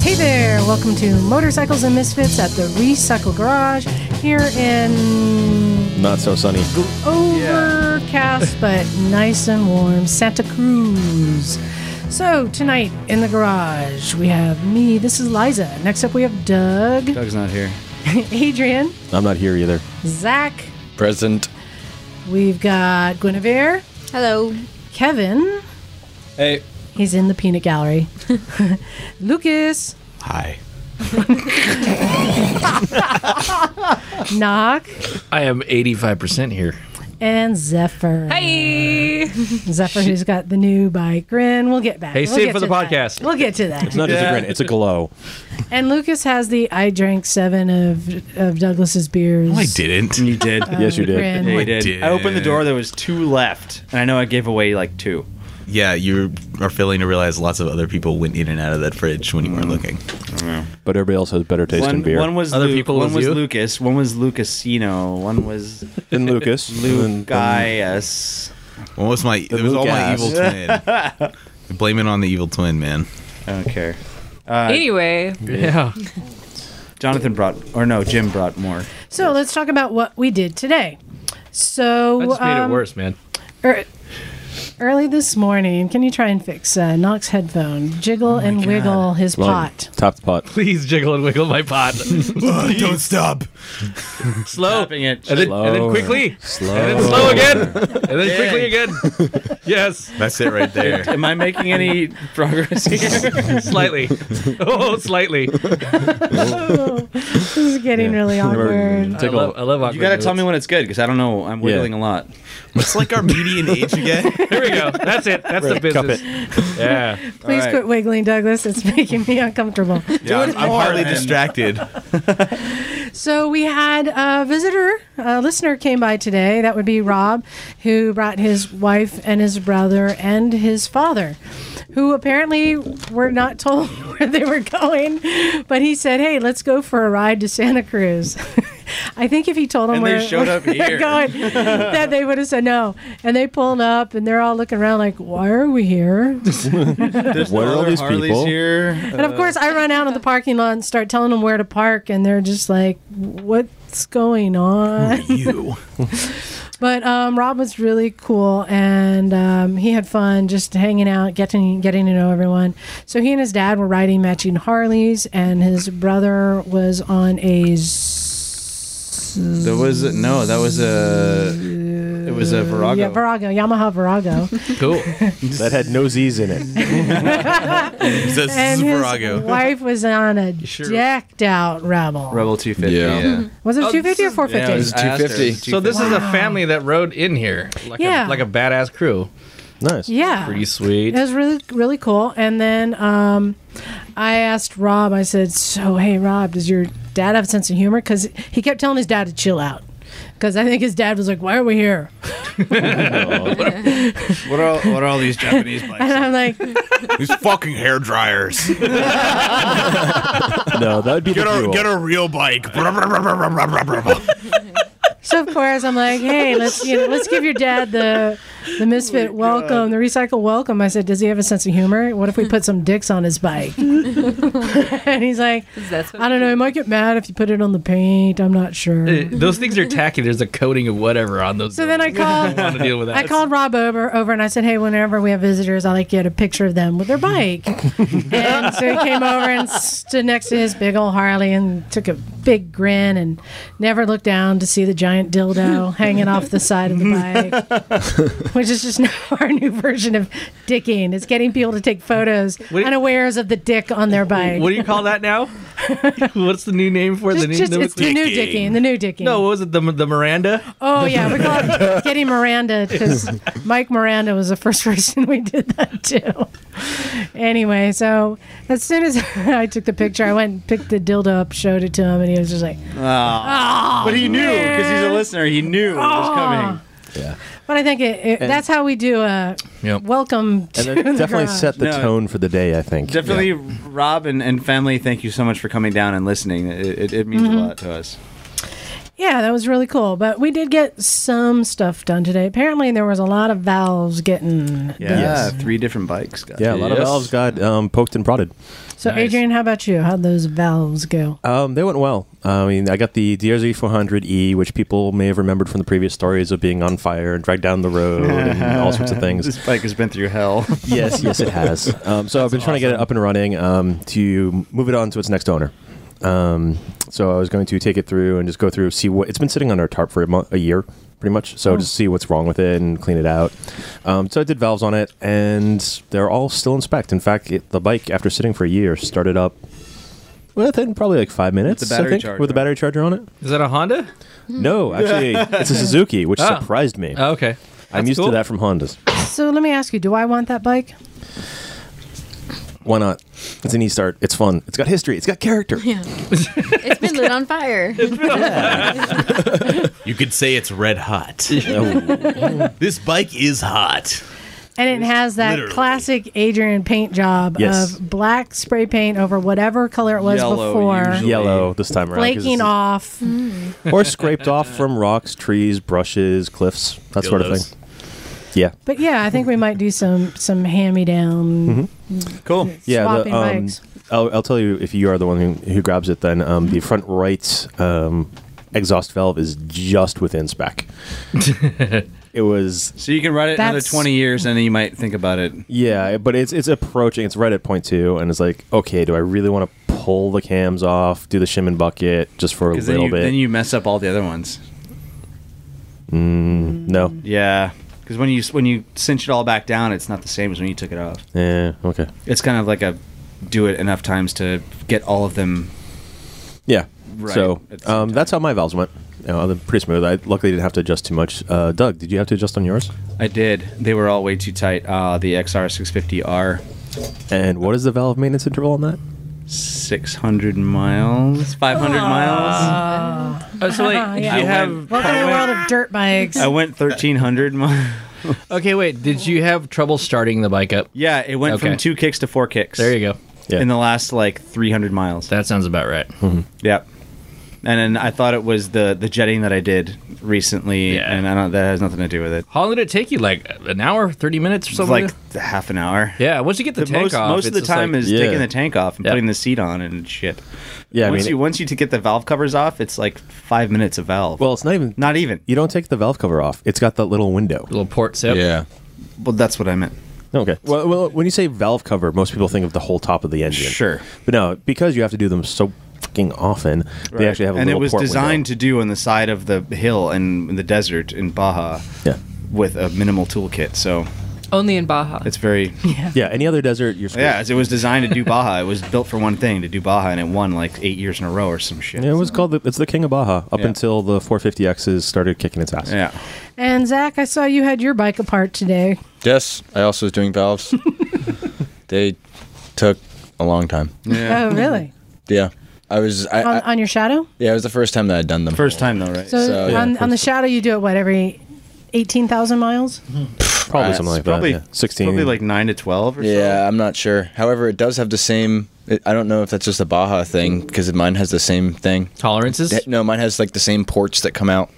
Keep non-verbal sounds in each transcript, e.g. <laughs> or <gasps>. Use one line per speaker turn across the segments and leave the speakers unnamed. Hey there, welcome to Motorcycles and Misfits at the Recycle Garage here in
Not so sunny.
overcast but nice and warm Santa Cruz. So, tonight in the garage, we have me. This is Liza. Next up, we have Doug,
Doug's not here.
<laughs> Adrian,
I'm not here either.
Zach.
Present.
We've got Guinevere,
Hello.
Kevin.
Hey.
He's in the peanut gallery. <laughs> Lucas,
Hi.
Knock,
I am 85% here.
and Zephyr.
Hey.
<laughs> Zephyr, who's got the new bike, Grin. We'll get back.
Hey,
we'll
save
get
for
to
the
that.
podcast.
We'll get to that.
It's not just a grin, it's a glow.
and Lucas has the I drank seven of of Douglas's beers.
I didn't.
You <laughs> did.
yes, you did.
Grin.
Yeah, you
I
did.
did.
I opened the door. There was two left, and I know I gave away like two.
Yeah, you are failing to realize lots of other people went in and out of that fridge when you weren't looking.
But everybody else has better taste in
One,
beer
one was
Other
Luke,
people
One
was
was
you?
Lucas. One was Lucasino.
<laughs>
One was
than Lucas.
Luke
and-
Gaius.
What was my? It was all my evil twin. <laughs> Blame it on the evil twin, man.
I don't care.
anyway,
Yeah.
Jonathan brought, or no, Jim brought more.
So let's talk about what we did today. So
That just made
um,
it worse, man.
er- early this morning, can you try and fix uh, Knock's headphone? Jiggle and wiggle his
Well,
pot.
<laughs> Top the pot.
Please jiggle and wiggle
<laughs>
my pot.
don't stop.
slow.
Tapping it.
And then, and then
Slower.
quickly.
Slow.
And then slow again.
<laughs>
And then quickly again. Yes.
That's it right <laughs>
<laughs>
there.
Am I making <laughs> any progress here? <laughs>
Slightly. Oh, slightly.
<laughs> This is getting really awkward.
I love, I love awkward.
you gotta tell me when it's good because I don't know. I'm wiggling a lot.
It's like our median age again.
There
<laughs>
we go. That's it. That's the
cup
business. Yeah.
Please
right.
quit wiggling, Douglas. It's <laughs> making me uncomfortable.
Yeah, I'm, I'm hardly distracted.
So we had a visitor, a listener came by today. That would be Rob, who brought his wife and his brother and his father, who apparently were not told <laughs> where they were going. But he said, "Hey, let's go for a ride to Santa Cruz." <laughs> I think if he told them
And they
where
showed
<laughs>
up
where
here.
they're going,
<laughs>
that they would have said no. And they pulled up, and they're all looking around like, "Why are we here?"
What are all these
Harley's
people?
here.
And of course, I run out of the parking lot and start telling them where to park, and they're just like, "What's going on?"
You.
But um, Rob was really cool, and um, he had fun just hanging out, getting getting to know everyone. So he and his dad were riding matching Harleys, and his brother was on a. Z-
That was no. That was a. It was a Virago.
Mm, Yeah, Virago, Yamaha
<laughs>
Virago,
Cool.
That had no Z's in it.
This is
and his
Virago.
wife was on a
sure-
decked out Rebel.
Rebel 250.
Yeah.
Was it
Oh,
250 or
this is-
450?
it was 250.
So this is a family that rode in here. Like
Yeah.
A, like a badass crew.
Nice.
yeah.
Pretty sweet.
It was really really cool. And then um, I asked Rob. I said, "So hey, Rob, does your dad have a sense of humor?" Because he kept telling his dad to chill out. Because I think his dad was like, "Why are we here?" <laughs>
What are all, what are all these Japanese bikes?
And I'm like,
<laughs> These fucking hair <laughs> dryers. Get
No, that would be the
a
rule.
get a real bike.
so of course I'm like, "Hey, let's you know, let's give your dad the the misfit welcome, the recycle welcome." I said, "Does he have a sense of humor? What if we put some dicks on his bike?" <laughs> and he's like,
that's what
"I don't know. He might get mad if you put it on the paint. I'm not sure."
Uh, <laughs> Those things are tacky. There's a coating of whatever on those.
So then I
don't
called
want to deal with that.
I called Rob over, over and I said, "Hey, whenever we have visitors, I like to get a picture of them with their
<laughs>
bike." and so he came over and stood next to his big old Harley and took a big grin and never looked down to see the giant
<laughs>
dildo hanging off the side of the bike, which is just <laughs> now our new version of dicking. It's getting people to take photos
do you-
unawares of the dick on their bike.
What do you call that now? <laughs> What's the new name for it?
Just-
the new,
just-
the-
it's the new dicking, the new dicking.
no, what was it? The, the Miranda?
Oh yeah, we call <laughs> it Getty Miranda because Mike Miranda was the first <laughs> person we did that to. Anyway, so as soon as <laughs> I took the picture, I went and picked the dildo up, showed it to him, and he was just like,
But he knew because he's a listener. He knew it was coming.
Yeah.
But I think it, it,
And-
that's how we do a
Yep.
welcome to <laughs>
And that
the
definitely
garage.
set the
No.
tone for the day, I think.
Definitely, Rob and, and family, thank you so much for coming down and listening. It, it, it means a lot to us.
Yeah, that was really cool. But we did get some stuff done today. Apparently, there was a lot of valves getting.
Yeah,
Yes.
three different bikes. Guys.
Yeah, a lot of
Yes.
elves got um, poked and prodded.
So,
Nice.
Adrian, how about you? How'd those valves go?
Um, they went well. I mean, I got the DRZ 400E, E, which people may have remembered from the previous stories of being on fire and dragged down the road and all sorts of things.
<laughs> This bike has been through hell. <laughs>
yes, yes, it has. Um, so I've been trying to get it up and running um, to move it on to its next owner. Um, so I was going to take it through and just go through, see what it's been sitting on our tarp for a, month, a year, pretty much. So just see what's wrong with it and clean it out. Um, so I did valves on it, and they're all still in spec. In fact, it, the bike, after sitting for a year, started up within probably like five minutes. I
battery
think,
charger
with the
on it.
battery charger on it.
Is that a Honda?
No, actually, it's a Suzuki, which
Ah.
surprised me.
Oh, okay.
I'm
That's
used
cool.
to that from Hondas.
So, let me ask you do I want that bike?
Why not? It's an e-start. It's fun. It's got history. It's got character.
Yeah. <laughs> it's been lit on fire.
<laughs> You could say it's red <laughs> hot. this bike is hot.
And it has that
Literally.
classic Adrian paint job
Yes.
of black spray paint over whatever color it was
Yellow,
before,
<laughs>
usually.
Yellow this time around. 'cause
flaking
it's-
off.
Or scraped off from rocks, trees, brushes, cliffs, that sort of
Dildos.
thing. Yeah.
But yeah, I think we might do some some hand me down
cool.
Yeah.
swapping
the, um,
bikes.
I'll, I'll tell you if you are the one who, who grabs it, then um, the front right um, exhaust valve is just within
<laughs>
spec. it was,
So you can ride it another
That's-
20 years and then you might think about it.
yeah, but it's it's approaching, it's right at point two, and it's like, okay, do I really want to pull the cams off, do the shim and bucket just for a
Because
little
then, you-
bit?
then you mess up all the other ones.
no.
Yeah. Because when you when you cinch it all back down, it's not the same as when you took it off.
Yeah, Eh, okay.
It's kind of like a do it enough times to get all of them.
Yeah.
Right,
So
at the same
um, that's how my valves went. You know, they're pretty smooth. I luckily didn't have to adjust too much. Uh, Doug, did you have to adjust on yours?
I did. They were all way too tight. Uh, the XR650R,
And what is the valve maintenance interval on that?
600 miles, 500 miles.
Oh,
<laughs>
so like,
yeah.
you
I
have.
Welcome to the world of dirt bikes.
I went 1,300 miles.
Okay, wait. Did you have trouble starting the bike up?
<laughs> Yeah, it went
Okay.
from two kicks to four kicks.
There you go.
Yeah.
In the last like 300 miles.
That sounds about right.
Yep. And then I thought it was the the jetting that I did recently,
Yeah.
and I don't, that has nothing to do with it.
How long did it take you? Like an hour, thirty minutes, or
It's
something?
like
that?
half an hour.
yeah. Once you get the,
The
tank
most
off,
most of
it's
the
just
time
like-
is
Yeah.
taking the tank off and
Yeah.
putting the seat on and shit.
Yeah, I
once
mean,
you once you to get the valve covers off, it's like five minutes of valve.
well, it's not even.
not even.
You don't take the valve cover off. It's got that little window.
little port sip.
Yeah.
Well, that's what I meant.
Okay. Well, well, when you say valve cover, most people think of the whole top of the engine.
Sure.
But no, because you have to do them so fucking often, they actually have a
and it
little
was
port
designed to do on the side of the hill and in the desert in Baja
window.
with a minimal toolkit. So
Only in Baja.
it's very
<laughs> Yeah. Yeah. Any other desert, you're screwed.
Yeah, as it was designed to do Baja. It was built for one thing to do Baja, and it won like eight years in a row or some shit.
Yeah, it was called the, it's the King of Baja up
Yeah.
until the 450Xs started kicking its ass.
Yeah.
and Zach, I saw you had your bike apart today.
Yes, I also was doing <laughs> valves. they took a long time.
yeah.
Oh, really?
Yeah, I was. I,
on,
I-
on your shadow?
yeah, it was the first time that I'd done them.
First time though, right?
So,
So,
on,
yeah,
on the shadow, you do it what every eighteen thousand miles?
Probably
Uh,
something like
probably
that. Yeah. 16.
probably like nine to twelve or
Yeah, I'm not sure. However, it does have the same. It, I don't know if that's just a Baja thing because mine has the same thing.
Tolerances.
Th- No, mine has like the same ports that come out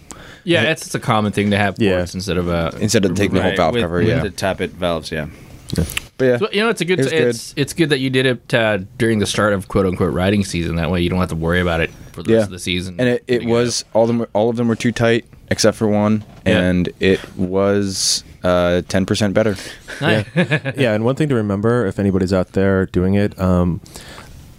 yeah, it's, it's a common thing to have
Yeah.
ports instead of uh, a.
instead of taking
so.
the whole
Right,
valve
with,
cover.
with
yeah,
the tappet valves. Yeah.
but yeah,
So, you know, it's a good.
It was
It's it's good that you did it uh, during the start of quote unquote riding season. That way, you don't have to worry about it for the
yeah.
rest of the season.
and it, it
Getting up.
was all them were- all of them were too tight except for one,
Yeah.
and it was uh, 10% better.
yeah, and one thing to remember if anybody's out there doing it, um,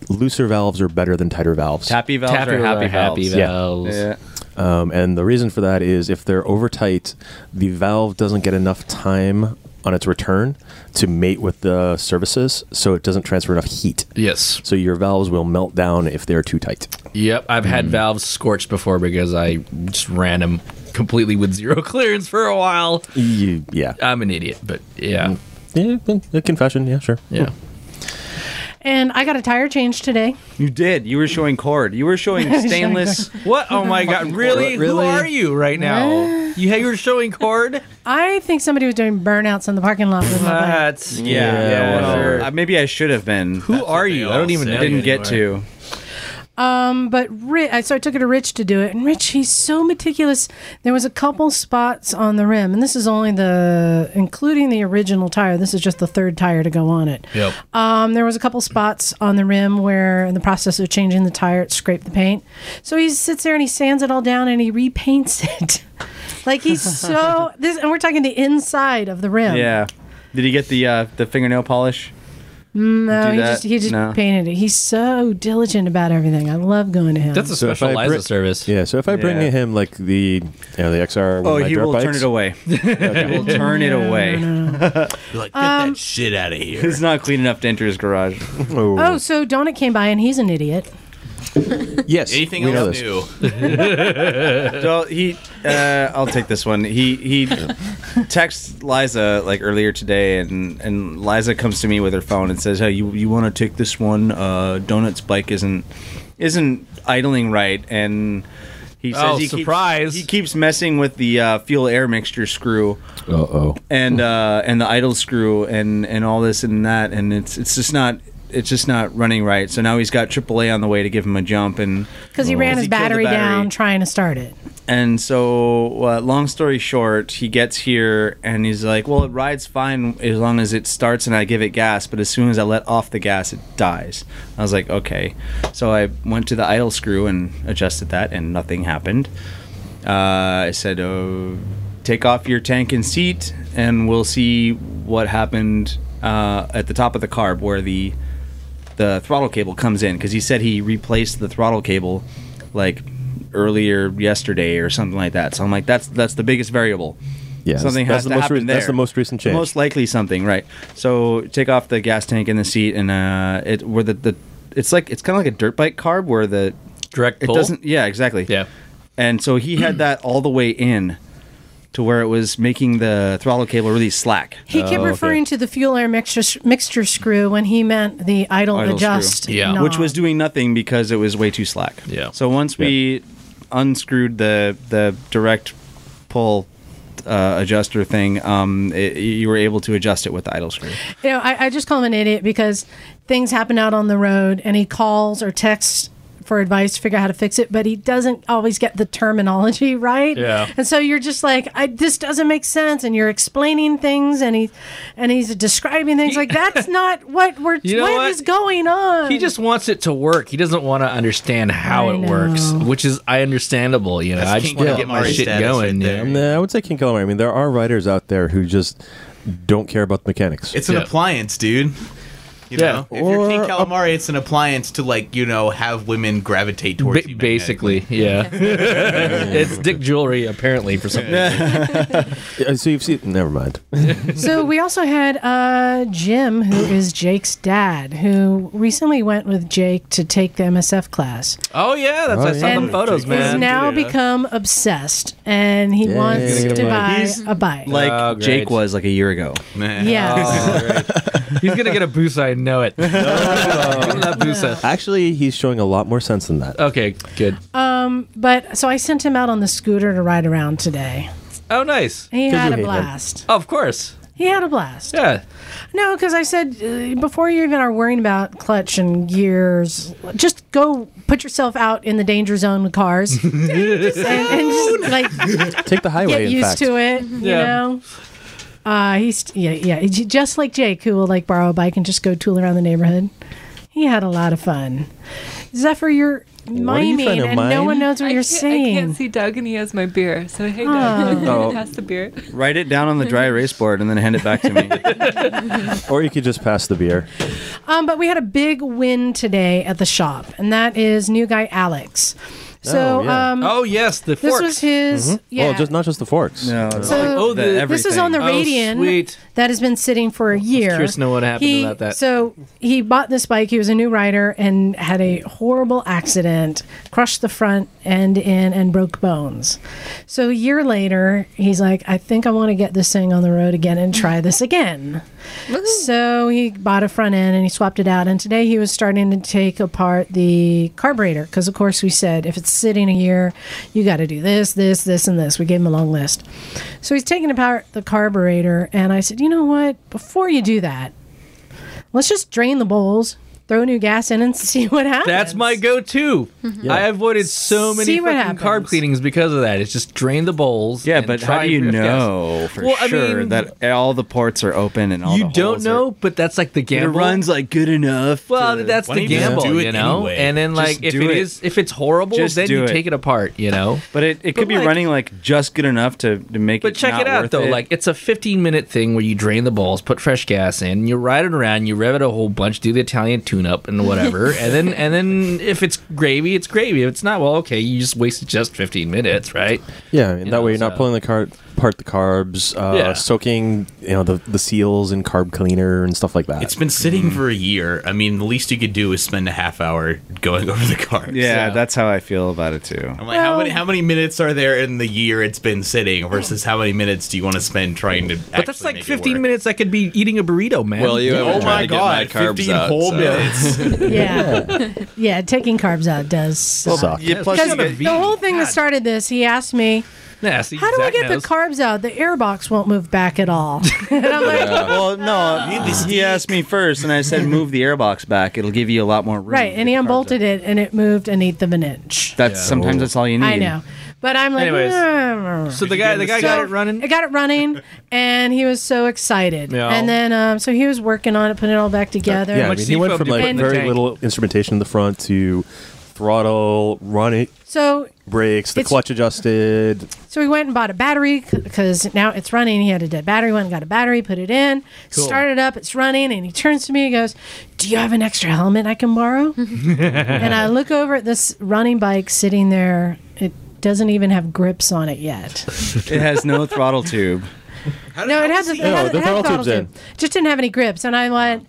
looser valves are better than tighter valves.
Tappy valves
Tappy
or happy valves.
Yeah.
valves.
Yeah.
Um, and the reason for that is if they're over tight, the valve doesn't get enough time on its return to mate with the surfaces, so it doesn't transfer enough heat.
Yes.
So your valves will melt down if they're too tight.
Yep, I've had valves scorched before because I just ran them completely with zero <laughs> clearance for a while.
You, yeah.
I'm an idiot, but yeah,
yeah. a Confession. Yeah, sure.
yeah.
And I got a tire change today.
You did. You were showing cord. You
<laughs>
were showing stainless.
What? Oh my God! Really? Who are you right now? you you were showing cord. Uh,
I think somebody was doing burnouts in the parking lot with my bike.
That's yeah.
Yeah,
well,
sure.
uh, maybe I should have been.
Who are you? I don't even know.
Didn't
you
get
anymore.
to.
Um, but Rich, so I took it to Rich to do it, and Rich, he's so meticulous. There was a couple spots on the rim, and this is only the, including the original tire. This is just the third tire to go on it.
Yep.
Um, there was a couple spots on the rim where, in the process of changing the tire, it scraped the paint. So he sits there and he sands it all down and he repaints it. <laughs> like
<laughs>
he's so this, and we're talking the inside of the rim.
Yeah. Did he get the uh, the fingernail polish?
No,
do
he
that?
just he just
No.
painted it. He's so diligent about everything. I love going to him.
That's a
So if I
special Liza
bri-
service.
Yeah, so if I bring
Yeah.
him like the you know, the XR, with
Oh,
my
he
dirt
will
bikes,
turn it <laughs> away. He will turn it away.
You're like, get
Um,
that shit out of
<laughs>
here.
It's not clean enough to enter his garage.
Oh, so Donut came by and he's an idiot.
<laughs> yes,
Anything
we know
else
this.
<laughs>
new?
So he, uh, I'll take this one. He he texts Liza like earlier today, and and Liza comes to me with her phone and says, "Hey, you you want to take this one? Uh, Donut's bike isn't isn't idling right." And he says,
Oh,
he keeps-
surprise.
he keeps messing with the uh, fuel air mixture screw."
Uh oh.
and uh, and the idle screw and and all this and that and it's it's just not it's just not running right. So now he's got AAA on the way to give him a jump and
Because he ran his
Because Oh, he killed the
battery,
battery.
down trying to start it.
and so uh, long story short, he gets here and he's like, well, it rides fine as long as it starts and I give it gas, but as soon as I let off the gas, it dies. I was like, okay. So I went to the idle screw and adjusted that, and nothing happened. Uh, I said, oh, take off your tank and seat, and we'll see what happened uh, at the top of the carb where the the throttle cable comes in because he said he replaced the throttle cable like earlier yesterday or something like that. So I'm like, that's that's the biggest variable.
Yeah,
something
that's- that's
has
the
to
most
happen
re- that's
there.
the most recent
The
change.
most likely something, right? So take off the gas tank and the seat, and uh, it where the, the it's like it's kind of like a dirt bike carb where the
Direct
it
pull?
doesn't yeah exactly
Yeah.
and so he
<clears throat>
had that all the way in to where it was making the throttle cable really slack.
He kept referring to the fuel air mixture mixture screw when he meant the idle,
Idle
adjust.
screw.
Yeah.
knob.
which was doing nothing because it was way too slack.
Yeah.
So once we unscrewed the the direct pull uh, adjuster thing, um, it, you were able to adjust it with the idle screw.
You know, I, I just call him an idiot because things happen out on the road, and he calls or texts for advice to figure out how to fix it, but he doesn't always get the terminology <laughs> right.
Yeah.
And so you're just like, I, this doesn't make sense, and you're explaining things, and he, and he's describing things like
<laughs>
that's not what we're.
You know
what
what?
is going on?
He just wants it to work. He doesn't want to understand how
I
it works,
know.
which is I understandable. You know, I just
King
want to get my
Calamari
shit
status
going.
right
you
there.
know?
Nah, I would say King Calamari. I mean, there are writers out there who just don't care about the mechanics.
It's an
Yeah.
appliance, dude. You
Yeah.
know, if you're King
Or a-
Calamari, it's an appliance to like you know have women gravitate towards
Ba-
you. <laughs>
basically, yeah. it's dick jewelry apparently for some reason.
Uh, so you've seen. Never mind.
So we also had uh, Jim, who is Jake's dad, who recently went with Jake to take the MSF class.
Oh yeah, that's
Oh,
I saw
yeah.
them photos,
He's
man.
now become obsessed, and he
Yeah,
wants
he's gonna
to
get a bike.
buy
He's
a bike.
Like
Oh, great.
Jake was like a year ago.
<laughs>
Nah.
yes.
<laughs> He's gonna get a boost. I know
<laughs>
it. Give him that boost.
Actually, he's showing a lot more sense than that.
Okay, good.
But so I sent him out on the scooter to ride around today.
Oh, nice. Oh,
He
Did you
had a
hate him?
blast.
Of course.
He had a blast.
Yeah.
No, because I said uh, before you even are worrying about clutch and gears, just go put yourself out in the danger zone with
<laughs>
cars and, and just like <laughs>
Take the highway.
get
in
used
fact.
to it. You
Yeah.
know, uh, he's yeah, yeah, j- just like Jake, who will like borrow a bike and just go tool around the neighborhood. He had a lot of fun. Zephyr, you're
are you
miming,
trying to
and no
mime?
one knows what
I
you're
can't, I
saying.
can't see Doug, and he has my beer. So hey, <laughs> Doug, pass the beer.
Write it down on the dry erase board and then hand it back to
<laughs>
me.
Or you could just pass the beer.
Um, but we had a big win today at the shop, and that is new guy Alex. So
Oh, yeah.
um,
Oh yes, the
this
forks.
was his. Yeah.
Well, just not just the forks.
No, it's
So
like
Oh, the-
this was on the
Oh,
Radian.
sweet.
that has been sitting for a year.
curious to know what happened
He-
about that.
So he bought this bike. He was a new rider and had a horrible accident, crushed the front end in, and broke bones. So a year later, he's like, I think I want to get this thing on the road again and try this again. So he bought a front end and he swapped it out. And today he was starting to take apart the carburetor because, of course, we said if it's sitting a year, you got to do this, this, this, and this. We gave him a long list. So he's taking apart the carburetor. And I said, you know what? Before you do that, let's just drain the bowls, throw new gas in, and <laughs> see what happens.
That's my go-to. I avoided so many
Mm-hmm. See what
fucking carb
happens.
cleanings because of that. It's just drain the bowls.
Yeah,
and
but
try
how do you
and-
know for
Well, I
sure
mean-
that all the ports are open and all
You
the
don't
holes
know, but that's like the
Are, it
gamble.
runs like good enough.
well,
to-
that's
Why
the
don't you just
gamble,
do it
you know.
anyway?
And then like
Just
if
do
it
it.
is if it's horrible,
Just
then
do
you
it.
take it apart, you know.
But it, it could be
like-
running like just good enough to, to make
But
it.
check
not
it out
worth
though. Like it's a 15 minute thing where you drain the balls, put fresh gas in, you ride it around, you rev it a whole bunch, do the Italian tune up
<laughs>
and whatever, and then and then if it's gravy, it's gravy. If it's not, well, okay, you just wasted just 15 minutes, right?
Yeah, and
You
that
know,
way you're not
so-
pulling the car apart the carbs, uh,
Yeah.
soaking you know the, the seals in carb cleaner and stuff like that.
It's been sitting for a year. I mean, the least you could do is spend a half hour going over the cars.
Yeah,
So-
that's how I feel about it too.
I'm like, how many how many minutes are there in the year it's been sitting versus how many minutes do you want to spend trying to?
But that's like 15 minutes. I could be eating a burrito, man.
Well, you
Oh
haven't tried
my
to get my
god,
carbs
15
out,
whole
so-
minutes.
yeah,
<laughs>
yeah. Taking carbs out does. suck.
Suck.
plus,
Because-
you get-
the whole thing that started this, he asked me,
yeah, see,
"How do I
Zach
get
knows.
the carbs out? The airbox won't move back at all." <laughs> and I'm like,
well, no, he asked me first, and I said, "Move the airbox back. It'll give you a lot more room."
"Right," and he unbolted it, and it moved an eighth of an inch.
That's sometimes that's all you need.
I know, but I'm like,
Anyways.
"Mm."
So the guy, the guy got it running.
I got it
<laughs>
running, and he was so excited.
Yeah.
And then, um, so he was working on it, putting it all back together.
yeah, I
much
mean, he went from
seafoam do you
put
like
in the
very
tank?
little instrumentation in the front to throttle, run it,
So
brakes, the
It's-
clutch adjusted.
So we went and bought a battery because now it's running. He had a dead battery. Went and got a battery, put it in, started up. It's running, and he turns to me and goes, "Do you have an extra helmet I can
<laughs>
borrow?" and I look over at this running bike sitting there. It doesn't even have grips on it yet.
<laughs> It
<laughs>
has no throttle tube.
no, it has. A, it
No,
has,
the
it has a
throttle
throttle
tube's in.
tube. Just didn't have any grips, and I went,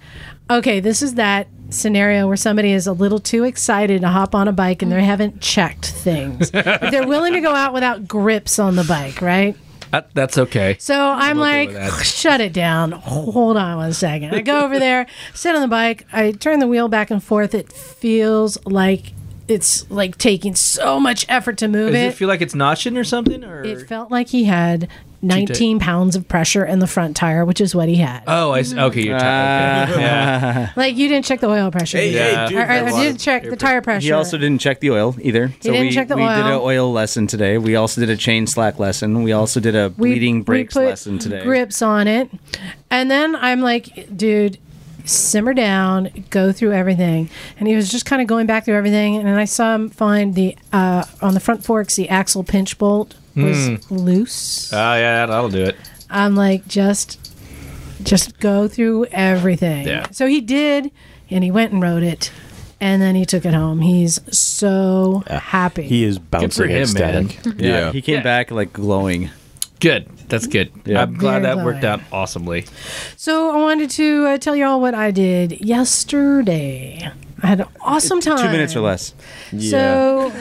"Okay, this is that." Scenario where somebody is a little too excited to hop on a bike and they haven't checked
<laughs>
things. But they're willing to go out without grips on the bike, right?
That, Ah, that's okay.
So I'm
okay
like,
with that.
shut it down. Hold on one second. I go over there, sit on the bike, I turn the wheel back and forth. It feels like it's like taking so much effort to move
Does
it.
it feel like it's notching or something? Or
it felt like he had 19 pounds of pressure in the front tire, which is what he had.
oh, I see. okay. You're tired.
<laughs>
Okay. Yeah.
like you didn't check the oil pressure.
Hey, hey,
Yeah.
dude,
Or- or-
that's
I didn't check the tire pressure.
He also didn't check the oil either. so
didn't
we,
check the
we did an
oil.
oil lesson today. We also did a chain slack lesson. We also did a
We-
bleeding brakes
we put
lesson today.
Grips on it, and then I'm like, dude, simmer down, go through everything. And he was just kind of going back through everything, and I saw him find the uh, on the front forks the axle pinch bolt was
Hmm.
loose.
Oh yeah, that'll do it.
I'm like, just, just go through everything.
Yeah.
So he did, and he went and rode it. And then he took it home. He's so happy.
He is bouncing
him,
ecstatic.
Yeah.
He came
Yeah.
back like glowing.
Good. That's good.
Yeah.
I'm glad
Very
that worked out
glad.
awesomely.
So I wanted to uh, tell y'all what I did yesterday. I had an awesome time.
Two minutes or less.
So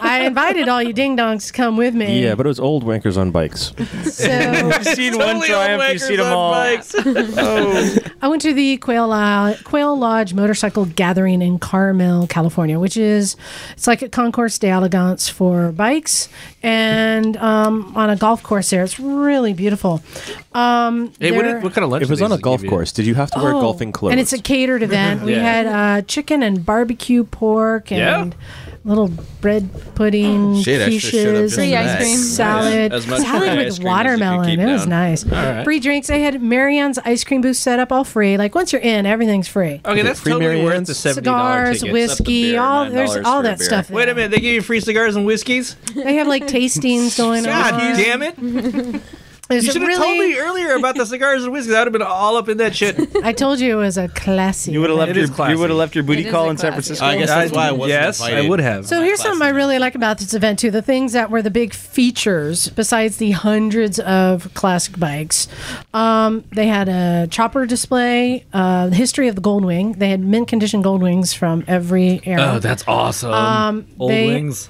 I invited all you ding dongs to come with me.
Yeah, but it was old wankers on bikes.
so
You've seen one triumph, you've seen them all.
I went to the Quail Lodge, Quail Lodge Motorcycle Gathering in Carmel, California, which is it's like a concourse d'elegance for bikes, and um, on a golf course there. It's really beautiful. Um,
Hey, what,
They're-
did- what kind of lunch?
If it was
did
on a
they
golf
give you?
course, did you have to wear
Oh,
golfing clothes?
And it's a catered event. We
Yeah.
had uh, chicken and barbecue pork and little bread pudding,
Shit, I should've showed up
quiches,
just
for that.
salad,
As much for
salad
ice cream
with
as you could
watermelon.
keep
It was
down.
nice. Free drinks. They had Marianne's ice cream booth set up all free. Like once you're in, everything's free.
Okay, that's
free
totally worth
Marianne's?
the Uh, seventy dollars.
Cigars, whiskey,
beer,
all there's
$9
all
for a
that
beer.
stuff.
Wait a
there.
minute, they give you free cigars and whiskeys?
They have like tastings going
God
on.
damn it!
Is
you
it
should have told
really-
me earlier about the cigars and whiskeys. I would have been all up in that shit.
I told you it was a classy.
<laughs> You would have left
It
your
is classy.
you would have left your booty
It is
call
a
in San
classy.
Francisco.
I guess that's why I wasn't
yes,
invited.
I would have.
So here's something I really like about this event too. The things that were the big features, besides the hundreds of classic bikes, um, they had a chopper display, uh, the history of the Goldwing. They had mint condition Goldwings from every era.
<laughs> Oh, that's awesome. Old
Um, they-
wings.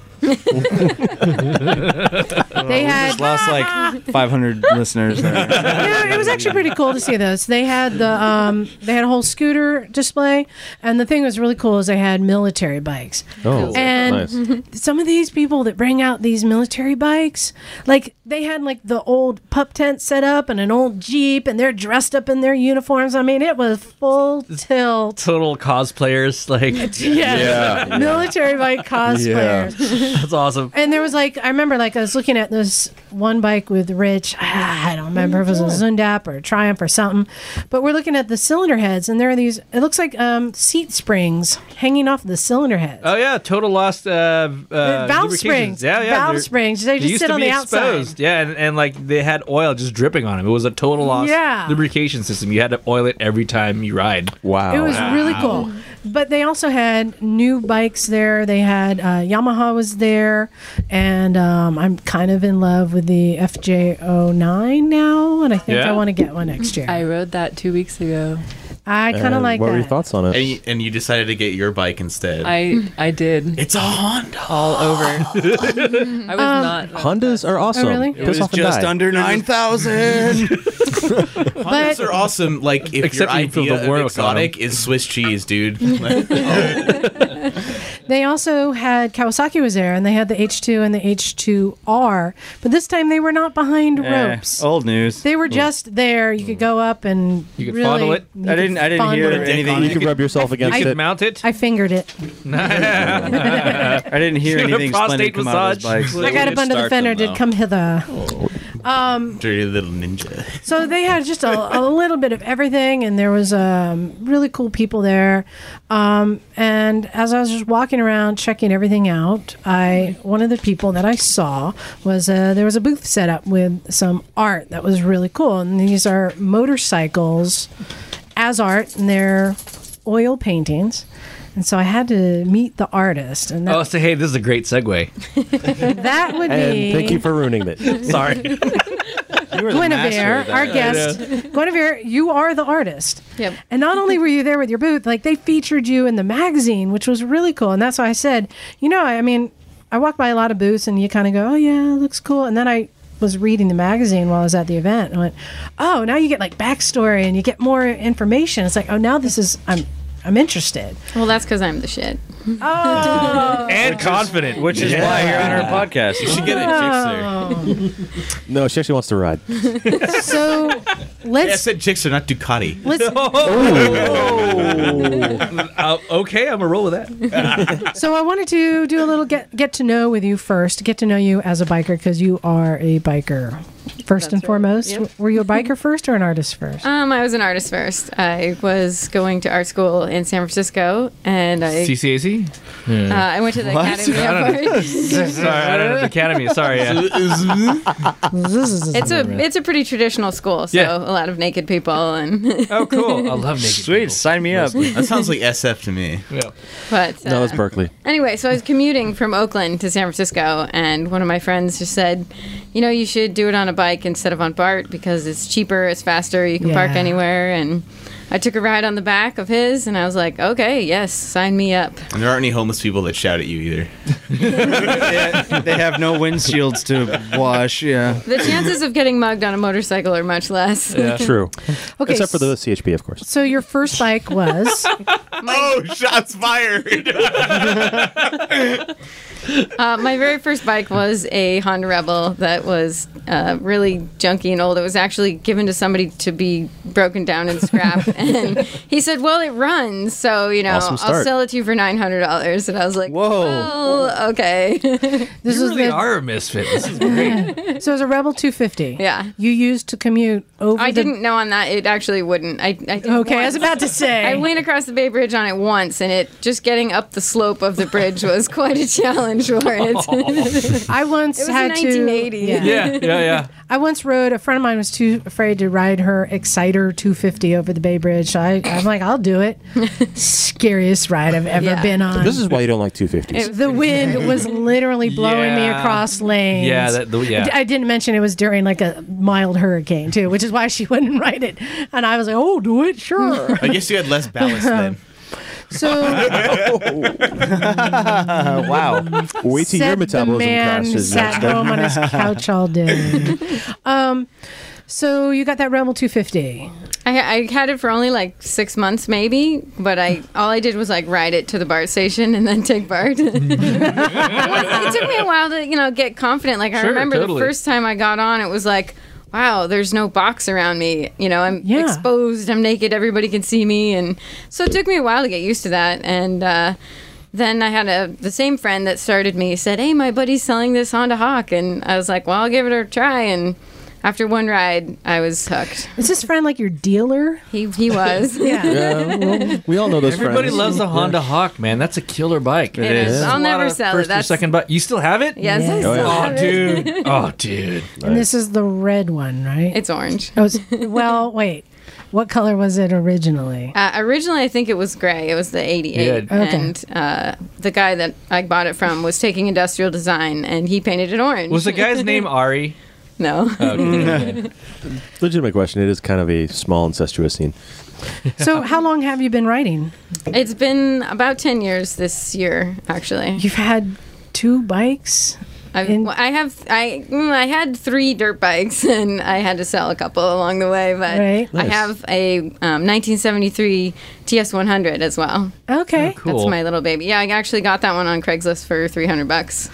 they had
Just lost
<laughs>
like 500 listeners. There.
<laughs> yeah, it was actually pretty cool to see this. They had the um, they had a whole scooter display, and the thing that was really cool is they had military bikes.
Oh,
And
nice.
<laughs> some of these people that bring out these military bikes, like they had like the old pup tent set up and an old jeep, and they're dressed up in their uniforms. I mean, it was full tilt.
Total cosplayers.
<laughs>
Like
Yes.
<laughs> Yeah.
military bike cosplayers.
that's awesome.
And there was like I remember like I was looking at this one bike with Rich. <sighs> Ah, I don't remember if it was a Zundap or a Triumph or something. But we're looking at the cylinder heads, and there are these. It looks like um, seat springs hanging off the cylinder heads.
Oh yeah, total lost uh, uh
valve
lubrications.
springs.
Yeah, yeah.
Valve
they're-
springs. They just
used
sit
to
on
be
the outside.
exposed. Yeah, and, and like they had oil just dripping on them. It was a total loss
Yeah.
lubrication system. You had to oil it every time you ride.
Wow.
It was
Oh,
really cool. But they also had new bikes there. They had uh, Yamaha was there, and um, I'm kind of in love with the FJ09 now, and I think
Yeah.
I want to get one next year. I,
I rode that two weeks ago.
kind of
And
like
What
that.
were your thoughts on it?
And you, and you decided to get your bike instead.
I I did
it's a Honda.
all over. I was not.
Hondas are awesome.
Oh, really?
It was
Piss off and
just
die.
under 9,000.
Hondas
But-
are awesome. Like if
Except
your
you feel
idea
the
of
world on
exotic is Swiss
<laughs>
cheese, dude. Like,
They also had Kawasaki was there, and they had the H2 and the H2R, but this time they were not behind
Eh,
ropes.
old news.
They were just there. You could go up and
Oh. You could
really,
fondle it.
you
I didn't.
could
I didn't
fondle
hear
it.
anything.
You could rub yourself against
<gasps> You could
it.
mount it.
I fingered it.
<laughs>
I didn't hear
Give it a
anything
prostate
splendid come out of
massage.
those bikes.
I got
did
up under the
start
fender.
them,
Did
though.
come hither.
dirty little ninja.
So they had just a, a little bit of everything, and there was um, really cool people there. Um, and as I was just walking around checking everything out, I one of the people that I saw was uh, there was a booth set up with some art that was really cool, and these are motorcycles as art, and they're oil paintings. And so I had to meet the artist, and that,
Oh, so hey, this is a great segue.
<laughs> that would be
And thank you for ruining it.
Sorry.
You were the master of
Guinevere,
that.
our guest. Guinevere, you are the artist.
Yep.
And not only were you there with your booth, like they featured you in the magazine, which was really cool. And that's why I said, you know, I mean, I walk by a lot of booths and you kind of go, oh, yeah, looks cool. And then I was reading the magazine while I was at the event and I went, oh, now you get like backstory and you get more information. It's like, oh, now this is, I'm, I'm interested.
Well, that's because I'm the shit.
and confident.
<laughs>
<laughs>
Which is why you're on our
<laughs>
podcast.
You should get it, Jixer.
No, she actually wants to <laughs> ride.
<laughs>
So
Yeah, I
let's,
said Jixer, not Ducati.
let's
Oh! Uh, okay, I'm gonna roll with that.
So I wanted to do a little get get to know with you first, get to know you as a biker because you are a biker first and
That's right.
foremost.
Yep.
Were you a
<laughs>
biker first or an artist first?
Um, I was an artist first. I was going to art school in San Francisco, and I
CCAC.
uh, I went to the Academy of Art.
Sorry, I don't know the academy. Sorry. Yeah.
It's a it's a pretty traditional school, so
Yeah.
a lot of naked people and <laughs>
Oh, cool. I love naked.
Sweet, sign me up.
That sounds like SF to me.
people.
but
No,
uh,
that's Berkeley.
Anyway, so I was commuting from Oakland to San Francisco, and one of my friends just said, "You know, you should do it on a bike instead of on BART because it's cheaper, it's faster, you can park
Yeah.
anywhere." And I took a ride on the back of his, and I was like, "Okay, yes, sign me up."
And there aren't any homeless people that shout at you either.
<laughs> they, they have no windshields
<laughs>
to wash. Yeah.
The chances of getting mugged on a motorcycle are much less.
True.
Okay,
Except for the
s-
CHP, of
<laughs>
course.
So your first bike
<laughs>
was
Oh, shots fired!
Uh, my very first bike was a Honda Rebel that was uh, really junky and old. It was actually given to somebody to be broken down and scrapped. <laughs> and he said, "Well, it runs, so you know,
Awesome
I'll
start.
sell it to you for nine hundred dollars." And I was like,
Whoa.
well, okay." <laughs>
this
You
was
really
the,
are a misfit. This is
<laughs> so it was a Rebel 250.
Yeah.
you used to commute over.
I
the-
didn't know on that. It actually wouldn't. I, I did
Okay, I was
once.
about to say.
<laughs> I went across the Bay Bridge on it once, and it just getting up the slope of the bridge was quite a Alan Schwartz.
<laughs>
<laughs>
I once
It was
had to-
1980.
Yeah, yeah, yeah.
I once rode. A friend of mine was too afraid to ride her Exciter 250 over the Bay Bridge. So I, I'm like, I'll do
<laughs>
it. Scariest ride I've ever
Yeah.
been on.
This is why you don't like 250s.
the wind
<laughs>
was literally blowing me
Yeah.
across lanes.
Yeah, that- the- yeah.
I didn't mention it was during like a mild hurricane too, which is why she <laughs> wouldn't ride it. And I was like, "Oh, do it, sure."
<laughs>
<laughs>
I guess you had less ballast then.
<laughs> so
wow.
Wait till your
said
metabolism
the man
crashes.
sat home on his couch all
<laughs>
day. um, so you got that Rebel 250.
I, I had it for only like six months, maybe. But I all I did was like ride it to the BART station and then take BART. <laughs> it, was- it took me a while to you know get confident. Like I
Sure,
remember
totally.
the first time I got on, it was like. Wow, there's no box around me. You know, I'm
Yeah.
exposed. I'm naked. Everybody can see me, and so it took me a while to get used to that. And uh, then I had a the same friend that started me said, "Hey, my buddy's selling this Honda Hawk," and I was like, "Well, I'll give it a try." And after one ride, I was hooked.
Is this friend like your dealer?
He
<laughs>
he was.
Yeah.
Yeah, well, we all know those
Everybody
friends.
loves the Honda Hawk, man. That's a killer bike.
It is. is.
A
I'll
lot
never
of
sell it.
first
That's-
or second bike. You still have it?
Yes, I
Oh, yeah.
saw
Oh,
it.
dude. Oh, dude.
And this is the red one, right?
<laughs> It's orange.
It was, well, wait. What color was it originally?
Uh, originally, I think it was gray. It was the 88.
Yeah.
Okay.
And uh, the guy that I bought it from was taking industrial design and he painted it orange.
Was the guy's name Ari? Mm.
No.
Oh,
Legitimate question. It is kind of a small incestuous scene.
So, how long have you been writing?
it's been about 10 years this year, actually.
You've had two bikes.
I've,
In-
well, I have I mm, I had three dirt bikes <laughs> and I had to sell a couple along the way, but
Right.
I
Nice.
have a um, 1973 TS 100 as well.
Okay.
Cool.
That's my little baby. Yeah, I actually got that one on Craigslist for 300 bucks.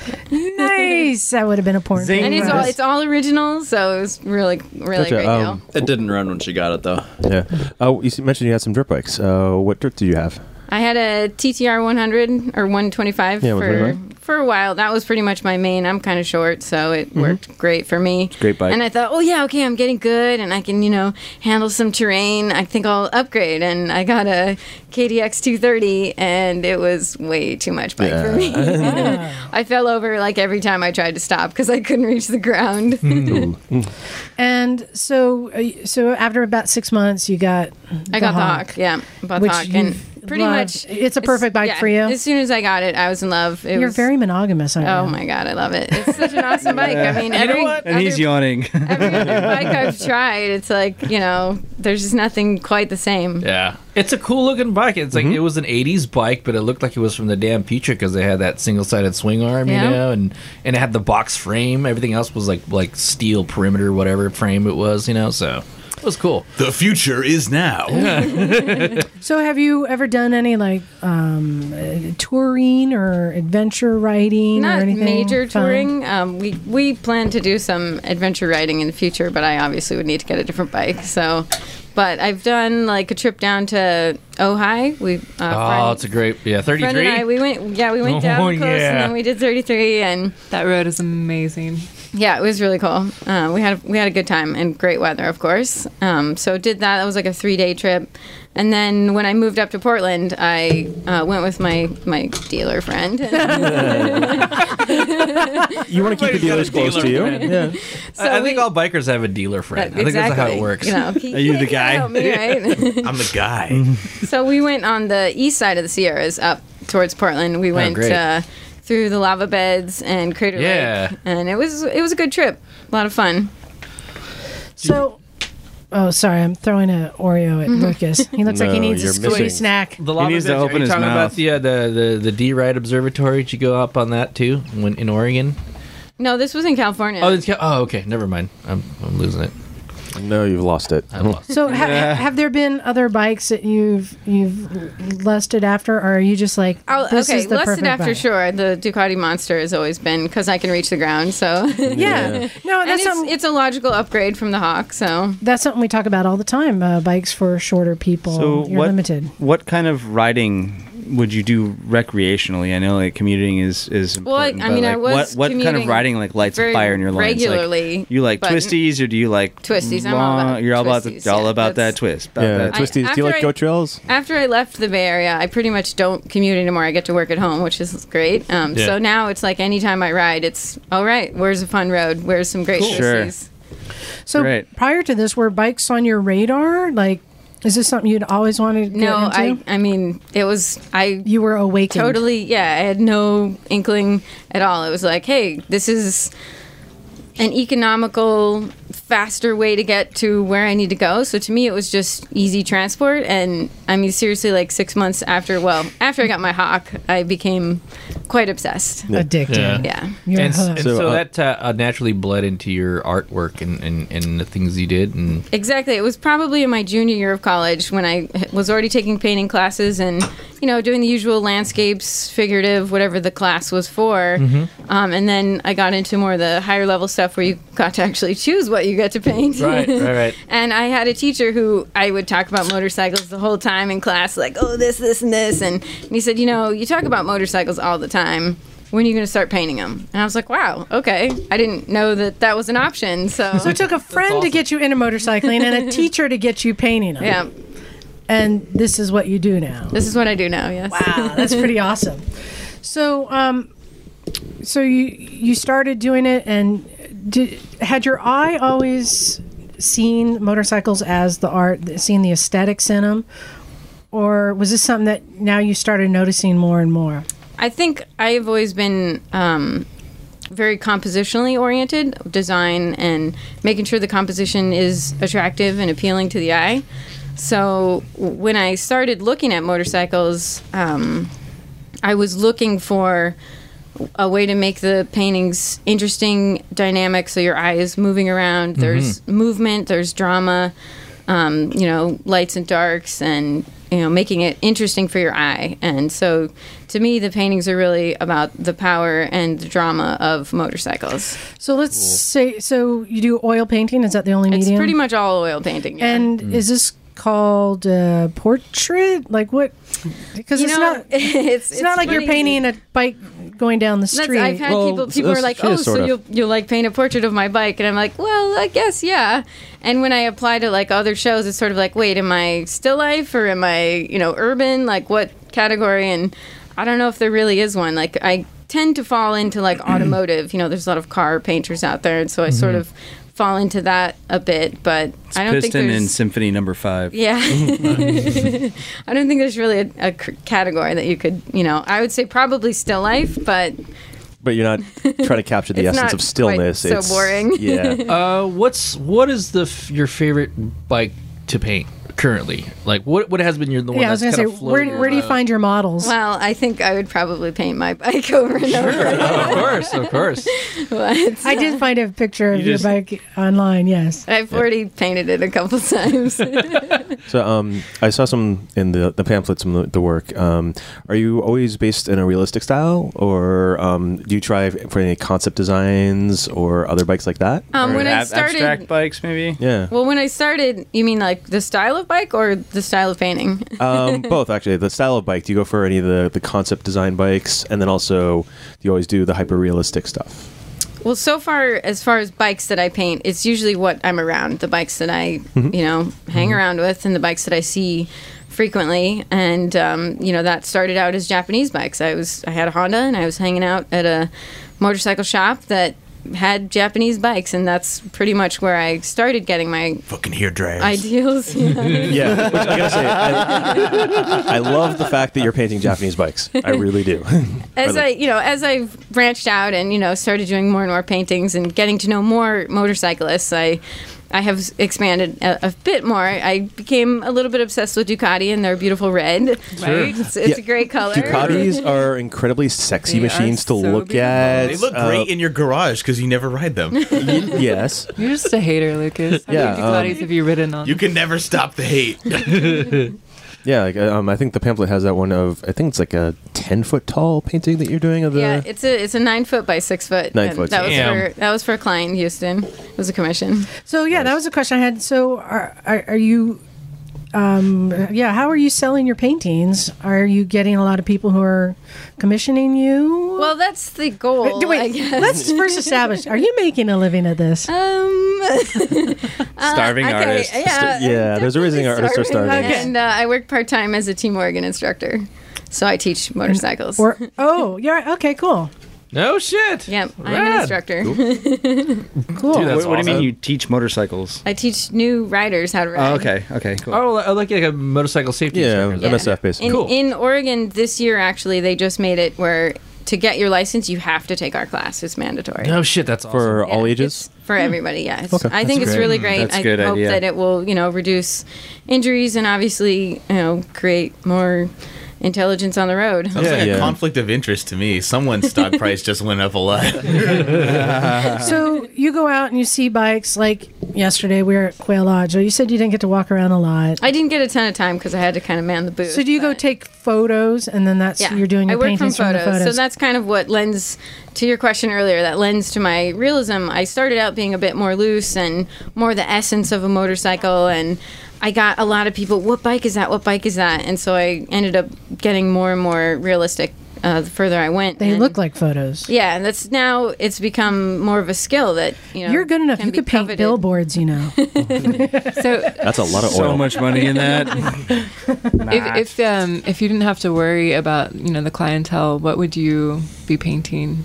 Nice. That would have been a porn.
Zing.
thing.
And it's all it's all original, so it was really really
Gotcha,
great
um,
deal.
It didn't run when she got it though.
Yeah. Oh, you s- mentioned you had some dirt bikes. Uh, what dirt do you have?
I had a TTR 100 or 125
Yeah,
for
125.
for a while. That was pretty much my main. I'm kind of short, so it
Mm-hmm.
worked great for me.
great bike.
And I thought, oh yeah, okay, I'm getting good, and I can you know handle some terrain. I think I'll upgrade, and I got a KDX 230, and it was way too much bike for me.
<laughs>
<laughs> I fell over like every time I tried to stop because I couldn't reach the ground.
And so, uh, so after about six months, you got.
I got the
Hawk.
hawk. Yeah, bought
Which
the hawk, and
you've
pretty
loved.
much
It's a perfect bike for you?
As soon as I got it, I was in love. It
You're
was,
very monogamous, aren't you?
Oh my god, I love it! It's such an awesome <laughs> bike. I mean, every,
And he's
other,
yawning.
<laughs>
every other bike I've tried, it's like you know, there's just nothing quite the same.
Yeah. Mm-hmm. It's a cool looking bike. It's like it was an 80s bike, but it looked like it was from the damn future because it had that single sided swing arm,
Yeah.
you know, and, and it had the box frame. Everything else was like like steel perimeter, whatever frame it was, you know, so it was cool.
<laughs> The future is now.
So, have you ever done any like um, uh, touring or adventure riding or
Not
anything?
major
fun?
touring. Um, we we plan to do some adventure riding in the future, but I obviously would need to get a different bike. So, but I've done like a trip down to Ojai. We uh,
Oh, it's a great, yeah,
friend and I,
33.
we went, yeah, we went
<laughs>
down
Oh,
coast and
yeah.
then we did 33, and
That road is amazing.
yeah, it was really cool. Uh, we had we had a good time and great weather, of course. Um, so did that. That was like a three day trip, and then when I moved up to Portland, I uh, went with my my dealer friend. <laughs>
You want to keep the dealers close to you. Yeah.
I, I
So
think
we-
all bikers have a dealer friend. I think that's how it works.
You know, he
Are you
can't
the guy?
<laughs>
help me, right? <laughs>
I'm the
<laughs>
guy.
so we went on the east side of the Sierras up towards Portland. We went
Oh, great.
uh, through the lava beds and Crater
Yeah.
Lake, and it was it was a good trip. A lot of fun.
So, oh, sorry, I'm throwing a Oreo
Mm-hmm.
at Lucas. He looks like he
No,
needs a
you're
squishy
missing-
snack.
The lava
needs to
beds,
open
are you
his
talking about
mouth.
the, uh, the the the D Ride Observatory? Did you go up on that too? When in Oregon?
No, this was in California.
Oh, it's, oh, okay. Never mind. I'm, I'm losing it.
No, you've lost it.
I lost.
So, ha- have there been other bikes that you've you've lusted after, or are you just like
I'll,
this
Oh, okay,
is the
lusted
perfect
after
bike?
sure. The Ducati Monster has always been because I can reach the ground. So <laughs> and
Yeah. no, Oh, that's
it's,
something.
it's a logical upgrade from the Hawk. So
that's something we talk about all the time. Uh, bikes for shorter people.
<laughs> So
You're
what,
limited.
What kind of riding would you do recreationally? I know like commuting is is
Well, I-
important.
I
but,
mean, I
like,
was
what what kind of
commuting
riding like lights a
very
fire in your loins? Like,
regularly,
you like
but-
twisties or do you like
Twisties, I'm all about
You're all about the,
twisties,
all
yeah,
about that
that's-
twist. about
Yeah,
that
I-
twisties. Do you like
after I-
go trails?
After I left the Bay Area, I pretty much don't commute anymore. I get to work at home, which is great. Um,
Yeah.
So now it's like anytime I ride, it's all right. Where's a fun road? Where's some great
Cool. Sure.
twisties?
So
Right.
prior to this, were bikes on your radar? Like, is this something you'd always wanted to
No,
get
I,
into?
I mean, it was, I
you were awakened.
totally, yeah, I had no inkling at all. It was like, hey, this is an economical, faster way to get to where I need to go. So to me, it was just easy transport. And I mean, seriously, like six months after, well, after I got my hawk, I became quite obsessed.
addicted.
Yeah.
Yeah.
You're
and, s-
hooked.
and
So,
so,
uh,
that uh, uh, naturally bled into your artwork and, and, and the things you did and
Exactly. It was probably in my junior year of college when I was already taking painting classes and, you know, doing the usual landscapes, figurative, whatever the class was for.
Mm-hmm.
Um, and then I got into more of the higher level stuff where you got to actually choose what you get to paint.
right
<laughs> And I had a teacher who I would talk about motorcycles the whole time in class, like, oh, this, this, and this. And, and he said, you know, you talk about motorcycles all the time. When are you going to start painting them? And I was like, wow, okay. I didn't know that that was an
<laughs>
option. So,
So it took a friend to get you into motorcycling
<laughs>
and a teacher to get you painting. Them.
yeah,
And this is what you do now.
this is what I do now, yes.
Wow, that's <laughs> pretty awesome. So, um, so you you started doing it, and did, had your eye always seen motorcycles as the art, seeing the aesthetics in them, or was this something that now you started noticing more and more?
<laughs> I think I've always been um, very compositionally oriented, design and making sure the composition is attractive and appealing to the eye. So w- when I started looking at motorcycles, um, I was looking for a way to make the paintings interesting, dynamic, so your eye is moving around. There's movement, there's drama, um, you know, lights and darks, and you know, making it interesting for your eye. And so, to me, the paintings are really about the power and the drama of motorcycles.
So let's say, so you do oil painting. Is that the only
It's
medium?
pretty much all oil painting. yeah.
And is this called uh, portrait? Like what? Because
you
it's
know,
not.
<laughs> it's,
It's, not like you're
funny.
painting a bike going down the
That's,
street.
I've had
Well,
people. People
that's-
are like,
she
"Oh,
is sort
so
of.
you'll you'll like paint a portrait of my bike," and I'm like, "Well, I guess yeah." And when I apply to like other shows, it's sort of like, "Wait, am I still life or am I you know urban? Like what category?" And I don't know if there really is one. Like I tend to fall
<clears throat>
into like automotive. You know, there's a lot of car painters out there, and so
Mm-hmm.
I sort of fall into that a bit. But I don't think
Piston
there's
and Symphony Number Five. <laughs>
yeah. <laughs> I don't think there's really a, a c- category that you could, you know, I would say probably still life, but
But you're not trying to capture the
It's
essence
not
of stillness.
quite so
it's
boring.
<laughs> Yeah.
uh, what's what is the f- your favorite bike to paint currently like what what has been your the one
yeah, I was
that's
gonna say,
kind of
where, where do you find your models?
<laughs> well, I think I would probably paint my bike <laughs> over
<laughs>
and over.
Oh, of course of course
But
I did find a picture of
You
your
just-
bike online. Yes.
I've already painted it a couple <laughs> times.
So um, I saw some in the the pamphlets, some of the- the work. Um, are you always based in a realistic style, or um, do you try for any concept designs or other bikes like that?
Um,
Or
when I
ab-
started,
abstract bikes, maybe.
yeah.
well, <laughs> when I started, you mean like the style of bike or the style of painting?
um, both actually. The style of bike. Do you go for any of the, the concept design bikes, and then also do you always do the hyper realistic stuff?
Well, so far, as far as bikes that I paint, it's usually what I'm around the bikes that I,
Mm-hmm.
you know, hang around with and the bikes that I see frequently. And, um, you know, that started out as Japanese bikes. I was, I had a Honda and I was hanging out at a motorcycle shop that had Japanese bikes. And that's pretty much where I started getting my
Fucking hair dryers.
<laughs> ideals. Yeah.
Yeah, which I gotta say, I, I love the fact that you're painting Japanese bikes. I really do. <laughs>
as
Or
I,
like-
you know, as I've branched out and you know started doing more and more paintings and getting to know more motorcyclists, I, I have s- expanded a, a bit more. I became a little bit obsessed with Ducati and their beautiful red. <laughs> Right, it's, it's
Yeah. uh,
a great color.
Ducatis are incredibly
They
sexy
are
machines to
so
look
beautiful.
at.
They look great in your garage because you never ride them. <laughs>
in- yes.
You're just a hater, Lucas. How
Yeah,
many Ducatis
um,
have you ridden on?
you can never stop the hate.
Yeah, like, um, I think the pamphlet has that one of, I think it's like a 10 foot tall painting that you're doing of the.
Yeah, it's a it's a nine foot by six foot.
Nine
and
foot,
That was
damn.
for that was for a client in Houston. It was a commission.
So yeah, that was a question I had. So are are, are you um, yeah, how are you selling your paintings? Are you getting a lot of people who are commissioning you? Uh,
Well, that's the goal.
Wait,
I guess.
let's first establish: Are you making a living at this?
Um, <laughs>
Starving
Uh, okay,
artists.
Yeah,
yeah, there's a reason artists are
starving.
starving.
And uh, I work part time as a Team Oregon instructor, so I teach motorcycles.
Or oh, yeah, okay, cool,
No shit.
yeah, I'm an
Rad.
instructor.
cool.
Dude, that's
what, what do you mean
awesome.
you teach motorcycles?
<laughs> I teach new riders how to ride.
Oh, okay, okay, cool.
Oh, I like like a motorcycle safety.
Yeah,
instructor.
MSF basically.
In,
Cool.
in Oregon this year, actually, they just made it where to get your license, you have to take our class. It's mandatory.
No Oh, shit. That's awesome.
For all
Yeah,
ages?
it's for everybody yeah It's-
Okay.
i think it's
great.
really great
That's a
i
good
hope
idea.
that it will you know reduce injuries and obviously you know create more intelligence on the road
Sounds like
Yeah.
a conflict of interest to me. Someone's stock price just went up a <laughs> lot.
Uh-huh.
So you go out and you see bikes. Like yesterday, we were at Quail Lodge. You said you didn't get to walk around a lot.
i didn't get a ton of time because i had to kind of man the booth
So do you go
but-
take photos and then that's you're doing your
I work
paintings
from photos,
the photos?
So that's kind of what lends to your question earlier. That lends to my realism. I started out being a bit more loose and more the essence of a motorcycle, and I got a lot of people. What bike is that? What bike is that? And so I ended up getting more and more realistic uh, the further I went.
they
and-
look like photos.
Yeah, and that's now it's become more of a skill that you know
You're good enough.
can
You
be
could paint
coveted.
billboards, you
<laughs>
know.
So
That's a lot of oil.
so much money in
<laughs>
that.
if if um if you didn't have to worry about you know the clientele, what would you be painting?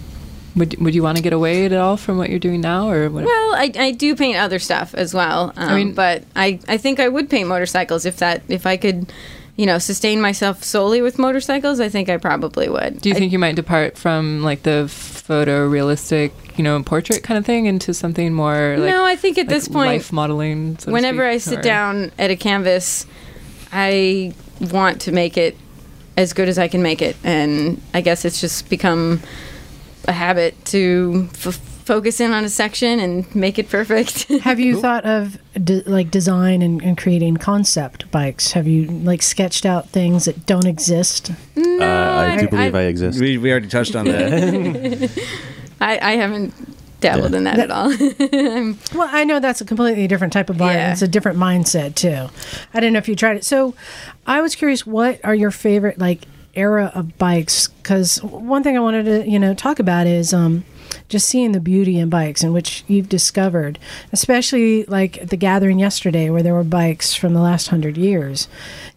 Would would you want to get away at all from what you're doing now, or what?
Well, I, I do paint other stuff as well. Um, I
mean-
mean, but I, I think I would paint motorcycles if that if I could, you know, sustain myself solely with motorcycles. I think I probably would.
do you
I-
think you might depart from like the photorealistic, you know, portrait kind of thing into something more like,
no, I think at
like
this point,
life modeling? so to
whenever
speak,
I sit
or-
down at a canvas, I want to make it as good as I can make it, and I guess it's just become a habit to f- focus in on a section and make it perfect. <laughs>
Uh,
Have you thought of de- like design and, and creating concept bikes? Have you like sketched out things that don't exist?
no,
uh, I do believe I, exist.
we, we already touched on <laughs> that.
I, I haven't dabbled in that at all. <laughs>
Well, I know that's a completely different type of art.
Yeah.
It's a different mindset too. I don't know if you tried it. So, I was curious. What are your favorite like era of bikes? Because one thing I wanted to you know talk about is um, just seeing the beauty in bikes and which you've discovered, especially like at the gathering yesterday where there were bikes from the last hundred years.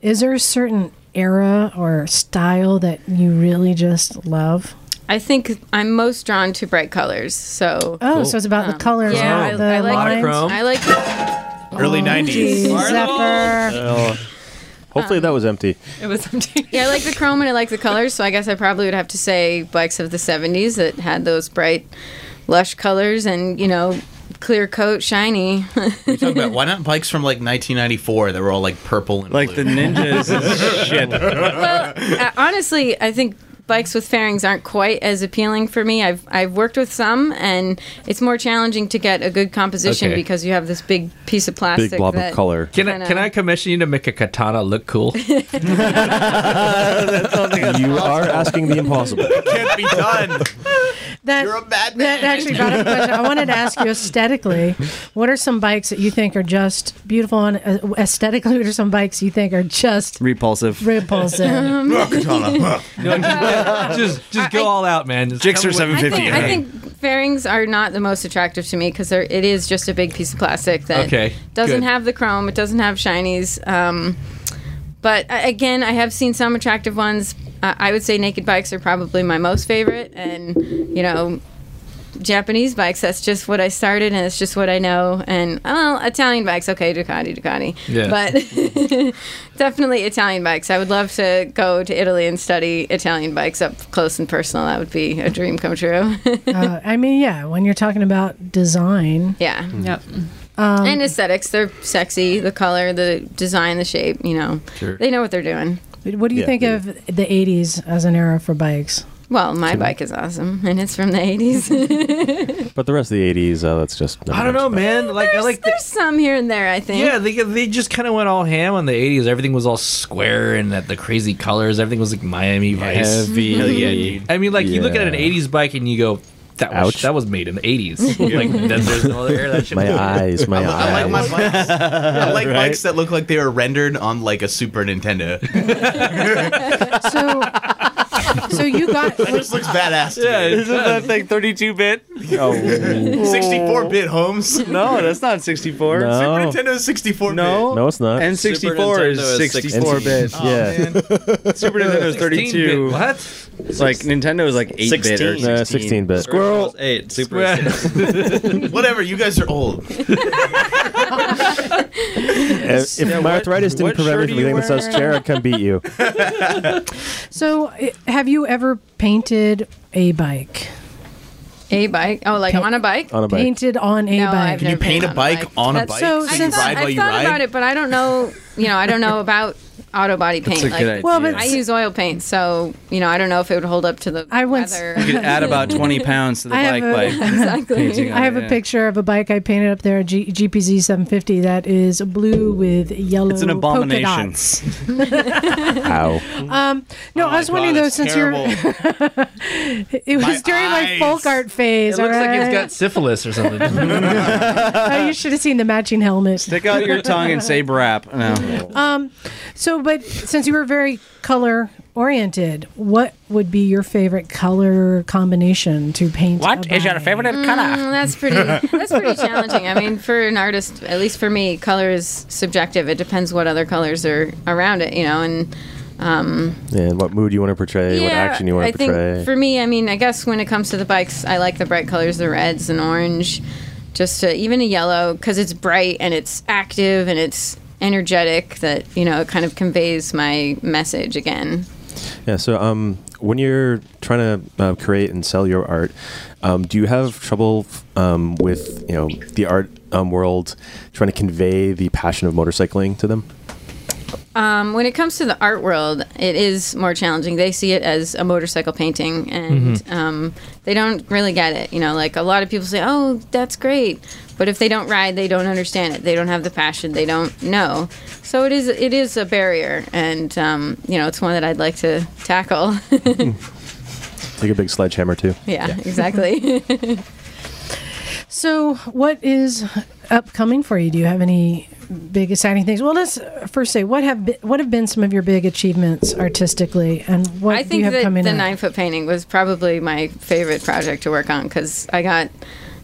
Is there a certain era or style that you really just love?
I think I'm most drawn to bright colors. So
Oh, so it's about the colors,
Um, yeah,
not the
I, I like
lines.
Monochrome.
I like
Early
Geez,
nineties.
Zephyr.
Hopefully that was empty.
it was empty.
<laughs> yeah, I like the chrome and I like the colors. So I guess I probably would have to say bikes of the 70s that had those bright, lush colors and you know clear coat, shiny. <laughs>
You talking about why not bikes from like 1994 that were all like purple and
like the
blue?
ninjas <laughs> is shit.
uh, honestly, I think bikes with fairings aren't quite as appealing for me. I've I've worked with some, and it's more challenging to get a good composition
Okay.
because you have this big piece of plastic.
Big blob
that-
of color.
Can
Kinda.
I, can I commission you to make a katana look
<laughs>
cool?
You are asking the impossible.
can't be done.
That,
You're a madman.
That actually brought up a question. I wanted to ask you aesthetically, what are some bikes that you think are just beautiful and uh, aesthetically? What are some bikes you think are just
Repulsive.
<laughs>
repulsive?
<laughs> just just go all out, man. Just
Jixer
come with-
I think,
750.
I think fairings are not the most attractive to me because it is just a big piece of plastic that
Okay,
doesn't
good.
have the chrome, it doesn't have shinies. Um, but uh, again, I have seen some attractive ones. Uh, I would say naked bikes are probably my most favorite, and you know, Japanese bikes. That's just what I started, and it's just what I know. And well, Italian bikes, okay, Ducati, Ducati.
Yeah.
But <laughs> definitely Italian bikes. I would love to go to Italy and study Italian bikes up close and personal. That would be a dream come true. <laughs>
uh, I mean, yeah, when you're talking about design,
yeah.
<laughs> Yep.
Um,
and aesthetics. They're sexy. The color, the design, the shape. You know, they know what they're doing.
what do you
Yeah,
think
yeah.
of the 80s as an era for bikes?
Well, my bike is awesome, and it's from
<laughs>
the '80s.
But the rest of the 80s, uh, that's just.
I don't know, man. Like I
there's,
like. The,
there's some here and there, I think.
yeah, they, they just kind of went all ham on the '80s. Everything was all square and that the crazy colors. Everything was like Miami Vice. <laughs>
Heavy.
I mean, like you look at an
Yeah.
'80s bike and you go, that was
Ouch.
that was made in the eighties. like that, there's no other air that shit.
My eyes, my
I like my
eyes.
bikes. I like
Right?
bikes that look like they were rendered on like a Super Nintendo. <laughs>
So, so you
<laughs>
got
It just looks badass. Yeah,
Isn't that thing 32 bit? Oh.
64 bit homes.
No, that's not 64.
Super
No,
Nintendo is 64 bit.
No.
no, it's not.
N64
Super Nintendo
is
is
64 bit.
yeah,
Super Nintendo is 32.
What?
Like Nintendo is like 8 bit or
16. Uh,
16
16-bit.
Squirrel eight. Super. is six.
Whatever, you guys are old.
if if my arthritis didn't
what
prevent me
shirt
from
are you
getting this house
wearing?
chair, I can beat you.
so. uh, Have you ever painted a bike?
A bike. Oh, like
Paint-
on a bike?
On a bike.
Painted on a
No,
bike.
I've
Can you
never been
paint a
on a
bike
bike.
on a
That's
bike
so
so,
I
you
sensitive.
ride
thought,
while
I've
you
thought
ride?
about it, but I don't know. You know, I don't know about auto body paint.
That's a good
like,
idea.
Well, but
I use oil paint, so you know I don't know if it would hold up to the
I once-
weather.
You could add about
<laughs>
20 pounds to the
I have
bike
a-
bike.
exactly.
I have a
Yeah.
picture of a bike I painted up there, a G- GPZ 750, that is blue with yellow.
It's an
Polka
abomination.
dots.
<laughs>
Ow.
Um, no, I was wondering though, since you're, <laughs> it was
My
during my
eyes.
folk art phase.
It looks like it's
alright?
got syphilis or something. <laughs>
oh, you should have seen the matching helmet.
Stick out your tongue and say brap.
<laughs>
No.
So, but since you were very color oriented, what would be your favorite color combination to paint? What is
Mm,
<laughs>
that's pretty. That's pretty challenging. I mean, for an artist, at least for me, color is subjective. It depends what other colors are around it, you know. And um,
And what mood you want to portray, what action you want
I
to portray.
think for me, I mean, I guess when it comes to the bikes, I like the bright colors, the reds and orange, just uh even a yellow because it's bright and it's active and it's energetic. That you know, it kind of conveys my message again.
Yeah. So, um, when you're trying to uh, create and sell your art, um, do you have trouble f- um, with you know the art um, world trying to convey the passion of motorcycling to them?
Um, when it comes to the art world, it is more challenging. They see it as a motorcycle painting, and um, they don't really get it. You know, like a lot of people say, "Oh, that's great," but if they don't ride, they don't understand it. They don't have the passion. They don't know. So it is it is a barrier, and um, you know, it's one that I'd like to tackle. <laughs>
Like a big sledgehammer too.
yeah, exactly.
So, what is upcoming for you? Do you have any big exciting things? Well, let's first say what have been, what have been some of your big achievements artistically, and what
I
do you
think
have
that
coming
the
up?
nine foot painting was probably my favorite project to work on because I got,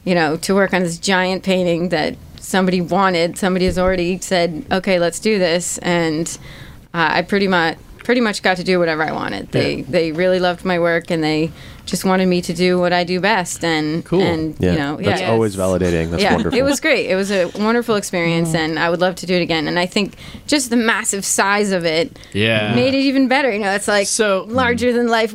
you know, to work on this giant painting that somebody wanted. Somebody has already said, okay, let's do this, and uh, I pretty much pretty much got to do whatever I wanted. They they really loved my work and they just wanted me to do what I do best and
Cool.
and
Yeah.
you know yeah
That's always validating. That's
yeah,
wonderful.
it was great. It was a wonderful experience,
Mm.
and I would love to do it again. And I think just the massive size of it
Yeah.
made it even better. You know, it's like
Uh, So- hmm.
larger than life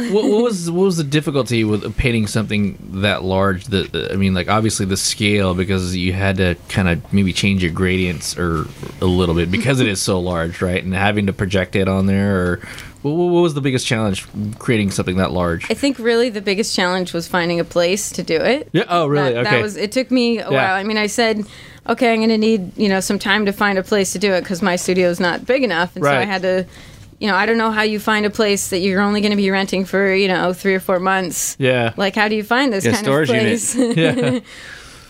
<laughs> what, what was what was the difficulty with painting something that large? That I mean, like obviously the scale because you had to kind of maybe change your gradients or a little bit because it is so large, right? And having to project it on there, or what, what was the biggest challenge creating something that large?
I think really the biggest challenge was finding a place to do it.
Yeah. Oh, really?
That, that
okay.
was. It took me a while. I mean, I said, okay, I'm going to need you know some time to find a place to do it because my studio's not big enough, and so I
Right.
had to. You know, I don't know how you find a place that you're only going to be renting for you know three or four months.
yeah.
Like, how do you find this
Yeah,
kind
storage
of
unit.
<laughs>
place?
yeah.
<laughs>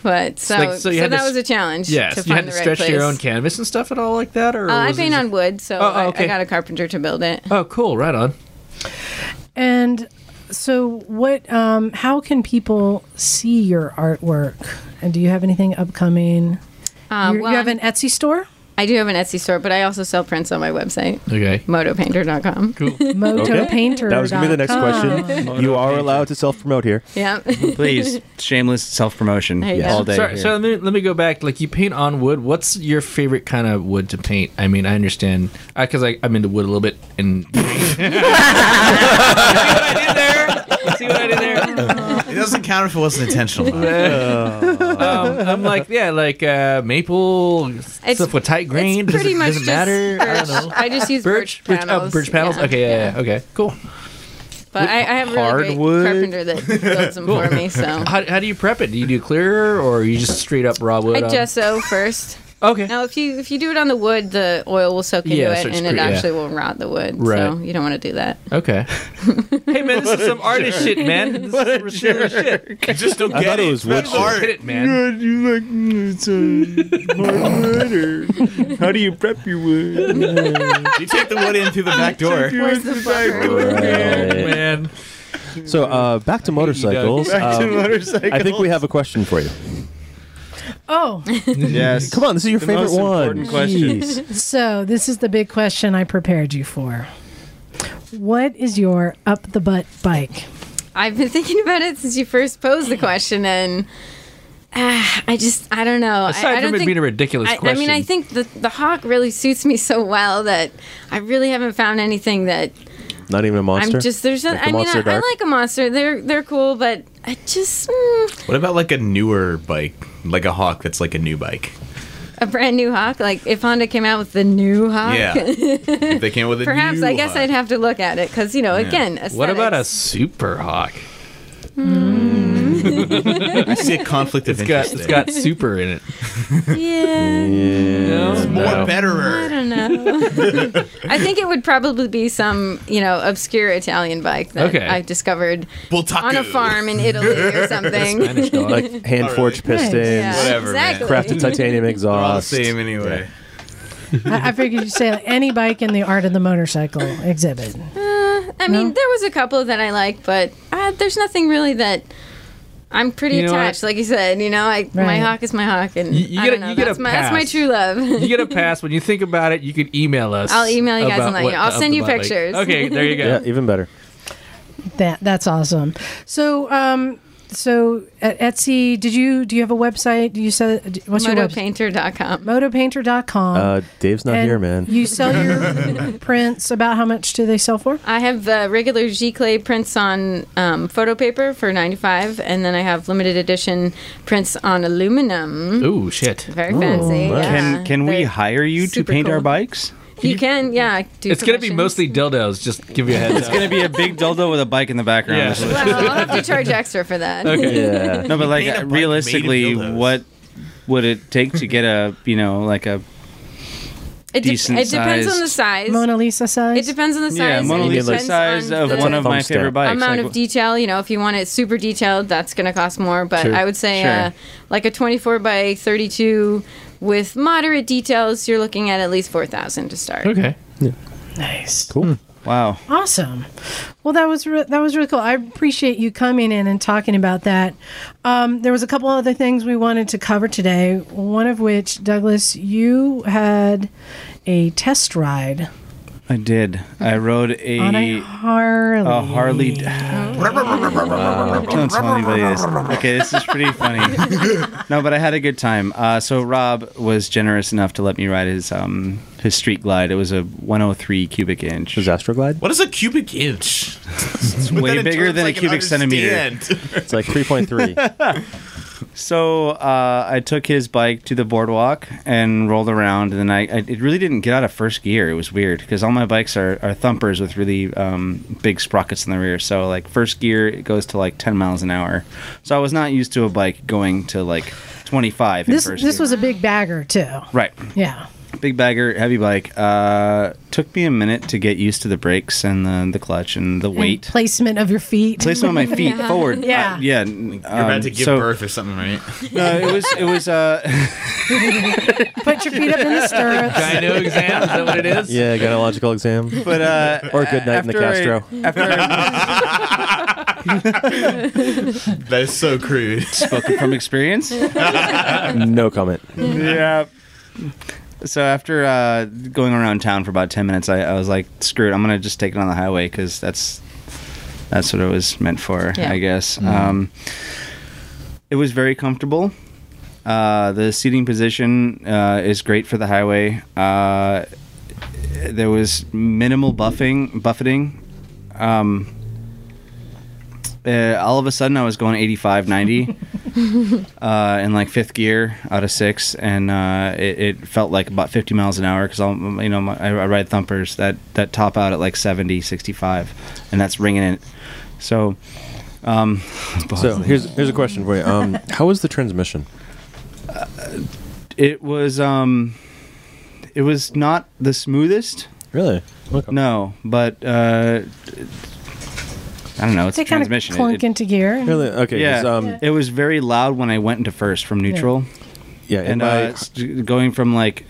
But so,
like,
so,
so you had
that
to s-
was a challenge.
Yeah.
to
So
find
you had to
the right
stretch
place.
your own canvas and stuff at all like that, or
Uh, I
was it
paint
just-
on wood, so
Oh, oh,
I,
okay.
I got a carpenter to build it.
Oh, cool. Right on.
And so, what? Um, how can people see your artwork? And do you have anything upcoming?
Uh,
You're-
well,
you have
I'm-
an Etsy
<laughs>
store,
I do have an Etsy store, but I also sell prints on my website,
Okay.
motopainter.com.
Cool.
motopainter.
That was gonna be the next question. <laughs> you are allowed to self-promote here.
<laughs> Yeah.
Please, shameless self promotion
There you go.
all day.
Sorry,
here.
so let me, let me go back. Like you paint on wood. What's your favorite kind of wood to paint? I mean, I understand because I, I'm into wood a little bit.
<laughs>
And <laughs> see what I did there? See what I did
<laughs> Um,
there?
It doesn't count if it wasn't intentional.
Um, I'm like, yeah, like uh, maple stuff with tight grain.
It's
Does
pretty
it,
much
does it
just
matter? I
Birch.
don't know.
I just use birch,
Birch,
panels.
oh, birch panels. okay, yeah, yeah, okay, cool.
But I, I have a really
Hardwood.
great carpenter that
<laughs>
builds them for me, so
How, how do you prep it? Do you do clear or are you just straight up raw wood?
I
on-
gesso first.
Okay.
Now, if you if you do it on the wood, the oil will soak into
Yeah,
it,
so it's
and it
cre- yeah.
actually will rot the wood. So
Right.
you don't want to do that. <laughs>
Okay. hey man, this is some artist shit, man.
<laughs>
This is some research shit.
I just don't
I
get
thought
it.
it was wood
It's not
chip.
art.
Hit it, man.
you like mm, it's a hard wood, or how do you prep your wood?
You take the wood in through the back door.
Where's the buffer?
Right.
Man.
So uh, back to motorcycles.
Back to
Um,
motorcycle.
I think we have a question for you.
<laughs> Oh,
yes.
Come on, this is your
The
favorite
most
one.
important question.
Jeez.
so this is the big question I prepared you for. What is your up the butt bike?
I've been thinking about it since you first posed the question, and ah, I just I don't know. I, I
Aside
don't
from it
think,
being a ridiculous
I, I
question.
mean, I think the the hawk really suits me so well that I really haven't found anything that
<laughs> Not even a monster.
I'm just there's. An,
Like the
I mean, I,
Monster
I
Dark?
like a monster. They're they're cool, but I just mm,
What about like a newer bike, like a Hawk that's like a new bike?
a brand new hawk. Like if Honda came out with the new hawk, <laughs>
Yeah. If they came with a
perhaps
new
I guess
Hawk.
I'd have to look at it because you know again.
What about a
aesthetics.
super hawk?
I see a conflict of
It's got
interest.
it's
there.
got super in it.
<laughs> Yeah,
No?
more
No.
I
betterer.
don't know.
<laughs>
I think it would probably be some you know obscure Italian bike that
Okay.
I discovered
Bultaco.
on a
<laughs>
farm in Italy or something.
Spanish dog.
like hand forged
Nice.
pistons,
Yeah,
Whatever, man.
exactly. <laughs>
crafted titanium
They're all the
exhaust.
same anyway.
I, I figured you'd say like, any bike in the art of the motorcycle exhibit.
I mean, there was a couple that I liked, but uh, there's nothing really that I'm pretty
You know what?
attached. Like you said, you know, I, my
Right.
hawk is my hawk, and
You- you
I
get a-
don't know,
you get a
that's, my, that's my
pass.
true
You
love.
get a pass. When you think about it, you can email us.
I'll email you guys
about
and let you-
what
I'll
the-
send you
about, like-
pictures.
okay, there you go.
<laughs>
Yeah, even better.
That that's awesome. So um so at Etsy, did you do you have a website? You said
<laughs>
what's your website?
MotoPainter.com.
Motopainter.com.
Uh, Dave's not
And
here, man.
You sell your prints about how much do they sell for?
I have uh, regular G clay prints on um, photo paper for 95, and then I have limited edition prints on aluminum.
Ooh, shit.
Very fancy.
nice.
yeah.
Can can we
They're
hire you to
super
paint our
cool.
bikes?
You can, yeah. Do
It's going to be
commissions.
mostly dildos. Just give you a heads
It's
up.
gonna be a big dildo with a bike in the background.
Yeah.
or something.
Well, I'll have to
<laughs>
charge extra for that.
<laughs>
Yeah.
No, but like
Paint a bike made of
realistically,
dildos.
what would it take to get a you know like a
It, de-
Decent
it depends on the size.
Mona Lisa size?
It depends on the size.
yeah
and
Mona
it
Lisa
depends
size
on
of
the
one of my
Thumbstamp.
favorite bikes?
Amount
Like,
of detail, you know, if you want it super detailed, that's going to cost more. But I would say
Sure.
uh, like a 24 by 32 with moderate details, you're looking at at least 4,000 to start.
Okay.
nice.
Cool.
wow.
Awesome. Well, that was re- that was really cool. I appreciate you coming in and talking about that. Um, there was a couple other things we wanted to cover today. One of which, Douglas, you had a test ride
I did.
<laughs>
I rode a
on a Harley.
a Oh, Harley. Don't tell anybody this. Okay, this is pretty funny. no, but I had a good time. Uh, so Rob was generous enough to let me ride his um his street glide. It was a 103 cubic inch.
Is Astroglide?
What is a cubic inch? It's
way bigger than a cubic centimeter.
It's like 3.3.
So uh, I took his bike to the boardwalk and rolled around, and then I, I it really didn't get out of first gear. It was weird because all my bikes are, are thumpers with really um, big sprockets in the rear. So like first gear, it goes to like ten miles an hour. So I was not used to a bike going to like twenty five.
This
in first
this
gear.
was a big bagger too.
right.
Yeah.
Big bagger, heavy bike. Uh, took me a minute to get used to the brakes and the the clutch and the
And
weight.
placement of your feet. <laughs>
Placement of my feet forward.
Yeah.
Uh, yeah. Um,
You're about to give birth or
<laughs>
something, right?
No, it was it was. Uh, <laughs>
Put your feet up in the stirrups.
<laughs> Gyno exam. Is that what it is?
yeah, gynecological exam.
but
<laughs>
uh,
Or a good night in the
after
Castro.
I, after I
That is
<laughs>
so crude.
spoken from
<laughs>
experience.
No comment.
yeah. So after uh, going around town for about ten minutes, I, I was like, "Screw it! I'm gonna just take it on the highway because that's that's what it was meant for,
Yeah.
I guess."
Mm-hmm.
Um, it was very comfortable. Uh, the seating position uh, is great for the highway. Uh, there was minimal buffing, buffeting. Um, uh, all of a sudden, I was going
<laughs>
85, 90 uh, in like fifth gear out of six, and uh, it, it felt like about 50 miles an hour because I'll, you know, my, I, I ride thumpers that, that top out at like 70, 65, and that's ringing it. So, <laughs> um,
So here's here's a question for you. Um, how was the transmission?
it was um, it was not the smoothest.
Really?
No, but uh, I don't know. It's
they
a
kind of
transmission. It-
clunk
it-
into gear. and-
Yeah.
'cause, um, Yeah.
it was very loud when I went into first from
Yeah.
neutral.
Yeah, and
and
my-
uh, s- going from like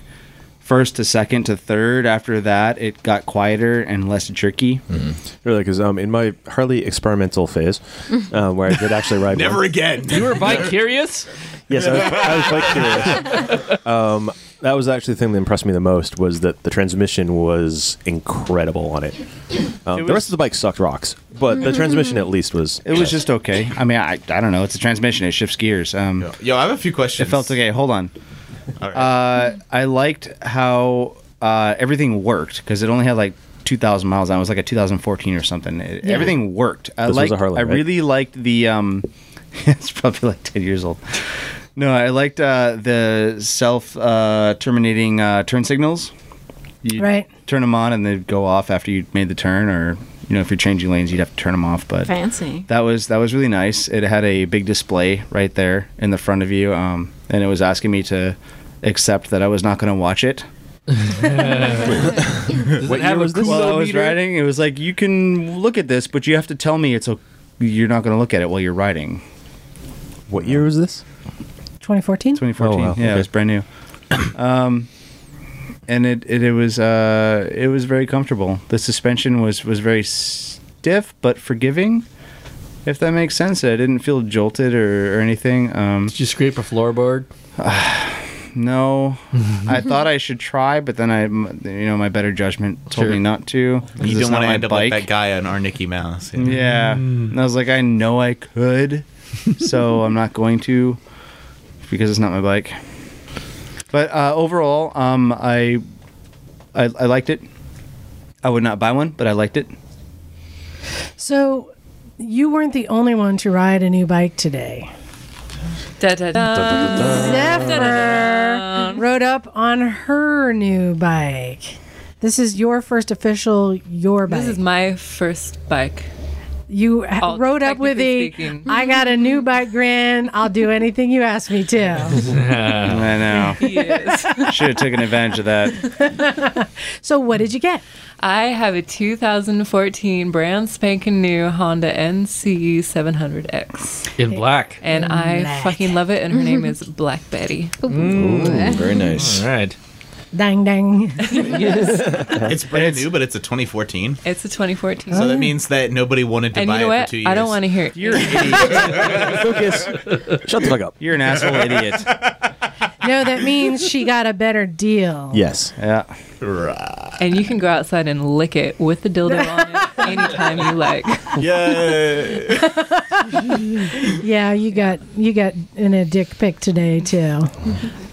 first to second to third. After that, it got quieter and less jerky.
Really, because um, in my Harley experimental phase, uh, where I did actually ride
Never
one-
again.
You
<laughs>
were bike curious?
Yes, I was, I was quite curious. Um, that was actually the thing that impressed me the most was that the transmission was incredible on it. Um, the rest of the bike sucked rocks, but the transmission at least was.
It was just okay. I mean, I, I don't know. It's a transmission. It shifts gears. Um, yo,
I have a few questions.
It felt okay. Hold on. Uh, I liked how uh, everything worked because it only had like 2,000 miles on. it. It was like a 2014 or something. It-
Yeah.
Everything worked. I
This was
liked,
a Harley,
I
right?
really liked the. Um, <laughs> it's probably like 10 years old. No, I liked uh, the self uh, terminating uh, turn signals. You
Right.
Turn them on and they go off after you made the turn, or you know if you're changing lanes, you'd have to turn them off. But
Fancy.
that was that was really nice. It had a big display right there in the front of you, um, and it was asking me to accept that I was not going to watch it.
Does it have a cool
While I was
meter?
riding, it was like you can look at this, but you have to tell me it's a, you're not going to look at it while you're riding.
What year was this?
2014.
2014.
Oh, wow.
Yeah,
Okay.
it was brand new.
<coughs>
Um, and it, it it was uh it was very comfortable. The suspension was was very stiff but forgiving, if that makes sense. I didn't feel jolted or, or anything. Um, Did
you scrape a floorboard?
<laughs>
no, I thought I should try, but then I m- you know my better judgment told
Sure.
me not to. 'cause
You
it's
don't
not
want to
my
end up
bike.
like that guy on our Nicky Mouse. you know?
Yeah. And I was like, I know I could, <laughs> so I'm not going to because it's not my bike. But uh, overall, um, I, I I liked it. I would not buy one, but I liked it.
So you weren't the only one to ride a new bike today.
Da, da, da.
Zephyr rode up on her new bike. This is your first official your bike.
This is my first bike.
You ha-
All-
rode up with the
technically speaking.
I got a new bike grin. I'll do anything you ask me to.
I <laughs> know. Should have taken advantage of that.
so what did you get?
I have a 2014 brand spanking new Honda NC 700X.
In black.
And I fucking love it. And her
Mm-hmm.
name is Black Betty.
Ooh, very nice.
All right.
Dang dang.
<laughs> it's brand new, but it's a 2014.
It's a 2014.
Oh,
So that means that nobody wanted to
and
buy
you know
it
what?
for two years.
I don't want to hear it. You're
Focus. Shut the fuck up.
You're an <laughs> asshole idiot.
No, that means she got a better deal.
Yes.
Yeah.
<laughs> And you can go outside and lick it with the dildo on
<laughs>
it anytime you like.
Yay!
Yeah, you got you got in a dick pic today too.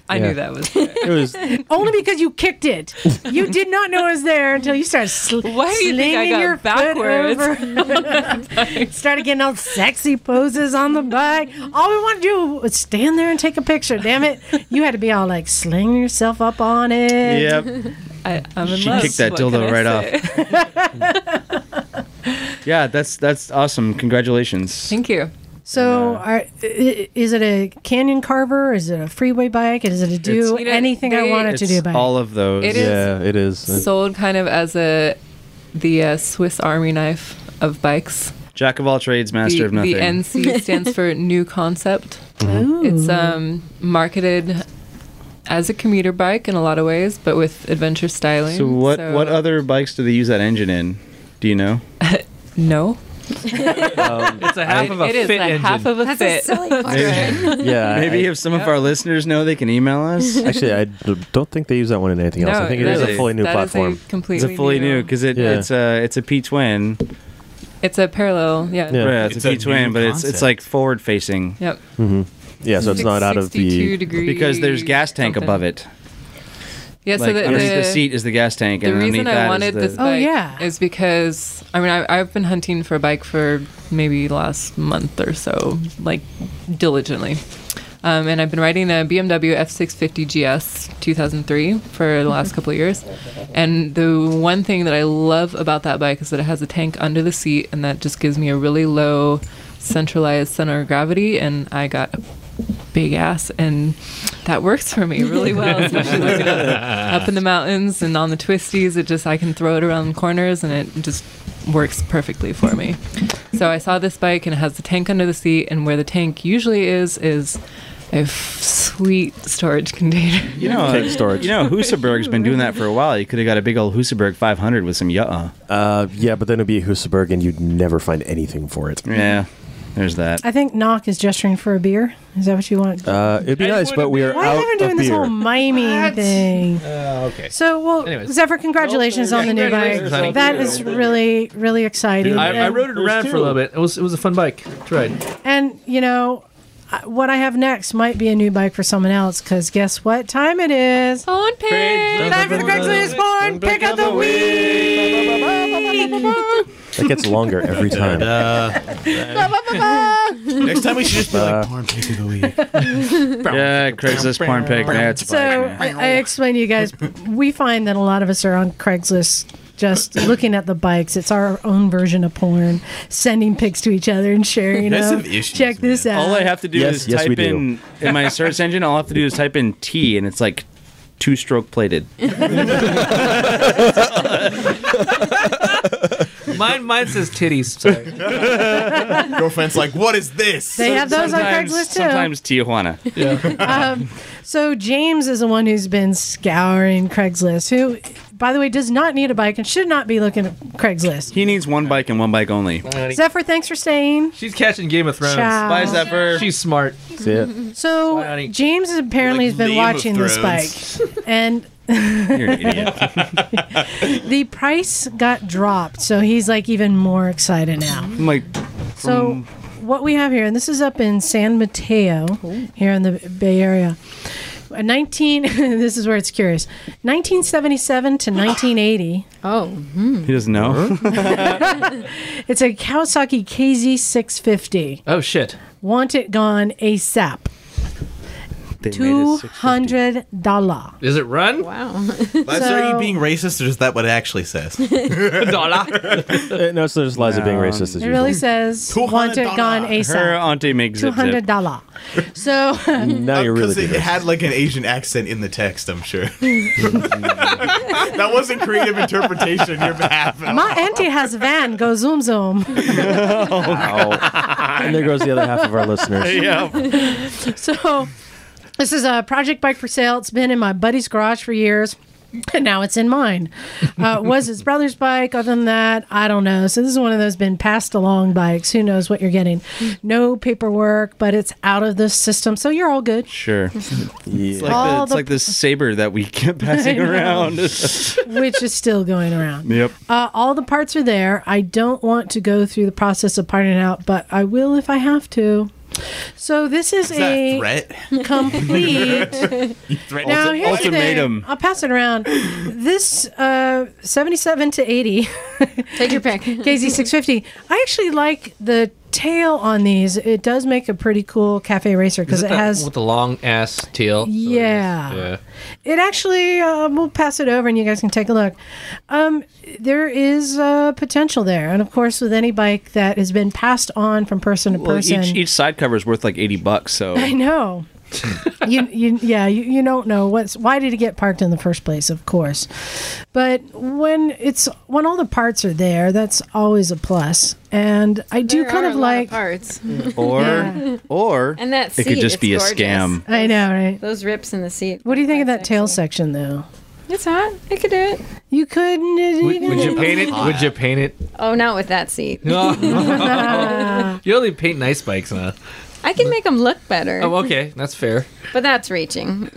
I
Yeah.
knew that was.
It was
Only because you kicked it. You did not know it was there until you started sl-
<laughs> Why do you think I
slinging
got
your foot over. <laughs> started getting all sexy poses on the bike. All we want to do was stand there and take a picture. Damn it! You had to be all like slinging yourself up on it.
Yep.
I, I'm in
She
love.
kicked that
What
dildo
can I
right
say? <laughs>
Yeah, that's that's awesome. Congratulations.
Thank you.
So, are, i- is it a canyon carver? Is it a freeway bike? Is it a do
You know,
anything I
they-
wanted to do bike?
of those.
It is
yeah, it is.
sold kind of as a the uh, Swiss Army knife of bikes.
Jack of all trades, master
the,
of nothing.
<laughs>
the NC stands for New Concept.
Mm-hmm.
It's um, marketed as a commuter bike in a lot of ways, but with adventure styling.
so what what other bikes do they use that engine in? Do you know?
No.
It's a half
It-
of a
it is
fit
a
engine.
half of a fit.
<laughs>
yeah.
Maybe
I-
if some of our listeners know, they can email
<laughs>
us.
actually, I d- don't think they use that one in anything else. I think it is a fully new
that is
platform.
a completely
it's a fully new because it,
Yeah.
it's a it's a P twin.
It's a parallel, yeah.
Yeah, it's,
It's
a
a
P twin,
new
but it's it's
concept.
like forward facing
Yep.
hmm Yeah, so it's not out of the.
62 degree
because there's gas tank
something.
above it.
Yeah,
like
so the,
underneath the,
the-
seat is the gas tank,
The
and underneath
reason I
that
wanted
is
this
the
Oh,
bike
yeah.
is because I mean I, I've been hunting for a bike for maybe last month or so, like diligently, um, and I've been riding a BMW F650 GS 2003 for the
Mm-hmm.
last couple of years. And the one thing that I love about that bike is that it has a tank under the seat, and that just gives me a really low centralized center of gravity, and I got a big ass, and that works for me really
<laughs>
well. Especially looking up, up in the mountains and on the twisties, it just I can throw it around corners, and it just works perfectly for me. So I saw this bike, and it has the tank under the seat, and where the tank usually is is a f- sweet storage container.
You know,
<laughs>
Take storage.
you know, Husaberg's been doing that for a while. You could have got a big old Husaberg 500 with some yuh
Uh, yeah, but then it'd be Husaberg, and you'd never find anything for it.
Yeah, there's that.
I think Knock is gesturing for a beer. Is that what you want?
Uh, it'd be nice, but we are
Why
out
is everyone doing
of
this
beer.
whole miming thing?
okay.
So, well,
Anyways.
Zephyr, congratulations on the new bike.
Congratulations, honey.
That is really, really exciting.
I, I
And-
rode it around for a little bit. It was it was a fun bike to ride.
And you know, I- what I have next might be a new bike for someone else. Because guess what time it is?
Phone page.
Time for the Craigslist porn pick of the week.
It gets longer
<laughs>
every time.
Next time we should just be
Uh,
like porn pick of the week.
Yeah, Craigslist porn pic. That's
So I, I explained to you guys, we find that a lot of us are on Craigslist just looking at the bikes. It's our own version of porn, sending pics to each other and sharing. You
That's
know,
some issues,
check this out.
all I have to do
Yes,
is
yes, we
type
do.
in in my search engine. All I have to do is type in T, and it's like two stroke plated.
Mine mine says titties. Sorry.
Uh, Girlfriend's like, what is this?
they have those on
Sometimes-
Craigslist too.
Sometimes Tijuana.
So James is the one who's been scouring Craigslist. Who, by the way, does not need a bike and should not be looking at Craigslist.
He needs one bike and one bike
<laughs>
only.
e-
Zephyr, thanks for staying.
She's catching Game of Thrones.
Ciao.
Why is that for?
She's smart.
See it?
So
honey.
James apparently
e- Like
has been
Game of
watching this
Thrones.
bike, and
You're an idiot.
the price got dropped. So he's like even more excited now.
I'm like,
So what we have here, and this is up in San Mateo, here in the Bay Area. A 19 <laughs> this is where it's curious 1977 to 1980
Oh,
he doesn't know. <laughs>
it's a kawasaki kz650
Oh shit.
want it gone ASAP.
They made
Two
it six-
hundred dollar.
Does it run?
wow.
Liza, are
So-
you being racist, or is that what it
<laughs>
actually says?
<laughs> <laughs> Dollar.
Uh, No, so just lies of being
No.
racist as
It
usual.
really says want it
$200.
gone
Her
ASAP.
auntie makes
Two
zip
hundred
zip.
dollar. So <laughs>
now you're really
Because it
being
had like an Asian accent in the text, I'm
<laughs>
sure. <laughs> that wasn't creative interpretation on your behalf. at all.
my auntie has a van. Go zoom zoom. <laughs>
racist. And there goes the other half of our
<laughs>
listeners.
Yeah.
So this is a project bike for sale. It's been in my buddy's garage for years. And now it's in mine. Uh, was his brother's bike. Other than that, I don't know. So this is one of those been passed along bikes. Who knows what you're getting? No paperwork, but it's out of the system, so you're all good.
Sure. It's like,
All
the, it's
the-
like this saber that we <laughs> kept passing
<laughs>
around.
which is still going around.
yep.
Uh, all the parts are there. I don't want to go through the process of parting it out, but I will if I have to. So this is,
Is that a
a
<laughs>
threat?
complete. now here's the
ultimatum.
thing. I'll pass it around. This uh, 77 to <laughs> 80
Take
<laughs>
your pick.
KZ650. I actually like the tail on these. It does make a pretty cool cafe racer because it,
that
has.
with the long ass tail.
Yeah.
Yeah.
It actually, uh, we'll pass it over and you guys can take a look. Um, there is uh, potential there. And of course, with any bike that has been passed on from person to
Well,
person.
each, each side cover is worth like 80 bucks, so
I know. you, you, yeah, you, you don't know what's why did it get parked in the first place, of course. But when it's when all the parts are there, that's always a plus. And I do
There
kind
are
of
a lot
like,
parts.
or
Yeah.
or
And that
it could
seat,
just
it's
be a
gorgeous.
scam.
I know, right?
Those rips in the seat.
What do you think of that
That's
tail
sexy.
section, though?
It's hot. I could do it.
You couldn't.
Would, would you paint it? Would you
<laughs>
paint it?
Oh, not with that seat.
No.
Oh.
<laughs> you only paint nice bikes, huh?
I can make them look better,
Oh, okay, that's fair.
but
<laughs>
that's reaching.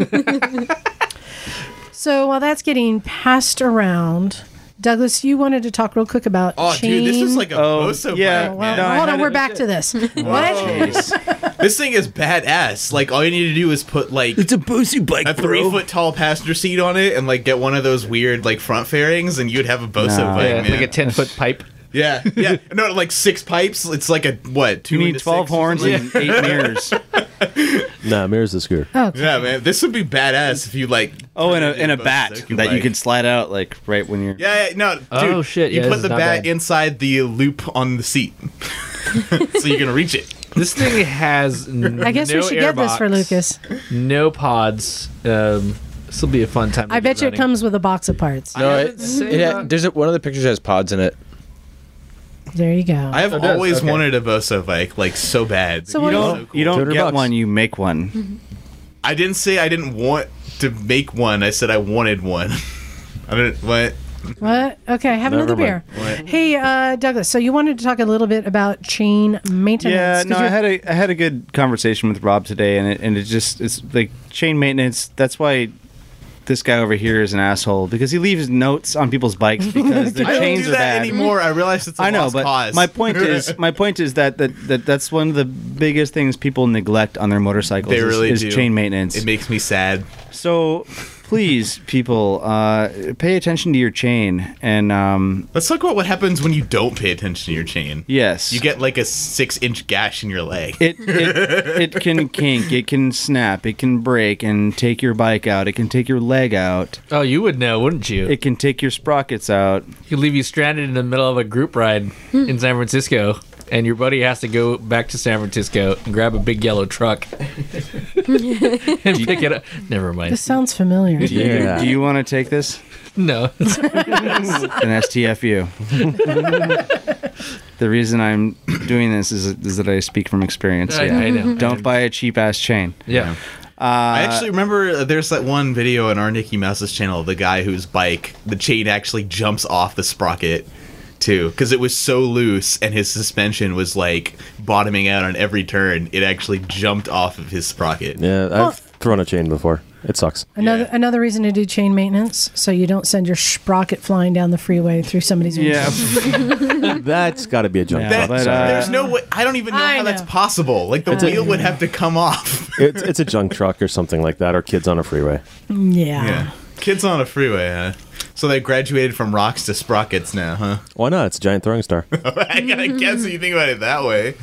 So while that's getting passed around, Douglas, you wanted to talk real quick about
Oh,
chain.
dude, this is like a
Oh,
Boso
yeah.
well,
bike, man.
No, I
hold
had
on,
it-
we're back to this. what?
Jeez.
This thing is badass. Like, all you need to do is put like
a Bosu bike,
a three foot tall passenger seat on it, and like get one of those weird like front fairings, and you'd have a Boso
Nah.
bike,
Yeah,
man.
like a ten foot pipe.
yeah, yeah. No, like six pipes. It's like a what? Two
You need
into
12
six or
horns
something?
and eight
<laughs>
mirrors.
Nah, mirrors the scooter.
Yeah, man. This would be badass if you like.
Oh, and a
turned it
and a
into
bat
Bosu
that you
bike.
can slide out like right when you're.
Yeah, yeah, no, dude.
Oh, shit,
You
yeah, this
put
is
the
not
bat
bad.
inside the loop on the seat, <laughs> so you can reach it.
This thing has. N-
<laughs> I guess we
no
should get this for
airbox,
Lucas.
No pods. Um, this will be a fun time. to
I
get
bet you it
running.
comes with a box of parts.
No,
haven't
it,
seen
it had,
that.
there's a, one of the pictures has pods in it.
There you go.
I have
Oh, it does,
always
okay.
wanted a Vosa bike, like so bad.
So You what- don't-
So cool.
You don't
200
get
bucks.
one, you make one.
I didn't say I didn't want to make one. I said I wanted one. <laughs> I didn't. What?
What? Okay, have
Never
another beer.
mind.
Hey, uh, Douglas. So you wanted to talk a little bit about chain maintenance?
Yeah,
'cause
no, I
you're-
had a I had a good conversation with Rob today, and it and it just it's like chain maintenance. That's why this guy over here is an asshole because he leaves notes on people's
<laughs>
bikes because the
I don't
chains
do
are
that
bad.
anymore. I realize it's a
I know,
lost
but
cause.
my point is my point is that, that that that's one of the biggest things people neglect on their motorcycles.
they
is-
really
is,
do
chain maintenance.
It makes me sad.
so please, people, uh, pay attention to your chain and um,
Let's talk about what happens when you don't pay attention to your chain.
yes,
You get like a six-inch gash in your leg.
it, it it can kink, it can snap, it can break and take your bike out, it can take your leg out,
Oh, you would know, wouldn't you?
it can take your sprockets out.
He'll leave you stranded in the middle of a group ride in San Francisco, and your buddy has to go back to San Francisco and grab a big
<laughs>
yellow truck and pick it up. Never mind.
This sounds familiar.
Yeah.
Do you want to take this?
<laughs>
No. <laughs>
an STFU. <laughs> the reason I'm doing this is, is that I speak from experience.
I-
yeah.
<laughs>
I know.
Don't buy a cheap ass chain.
Yeah.
I actually remember uh, there's that one video on our Nicky Mouse's channel, the guy whose bike, the chain actually jumps off the sprocket too, because it was so loose and his suspension was like bottoming out on every turn. It actually jumped off of his sprocket.
Yeah, I've thrown a chain before. It sucks.
Another
Yeah.
another reason to do chain maintenance, so you don't send your sprocket flying down the freeway through somebody's.
Yeah.
That's got to be a junk.
Yeah,
job.
That,
but,
Sorry.
uh,
there's no way. I don't even know
I
how that's
know.
possible. Like the
a-
wheel would have to come off.
it's, it's a junk truck or something like that, or kids on a freeway.
Yeah.
yeah, <laughs> kids on a freeway. Huh? So they graduated from rocks to sprockets now, huh? <laughs>
Why not? It's a giant throwing star.
I guess if you think about it that way.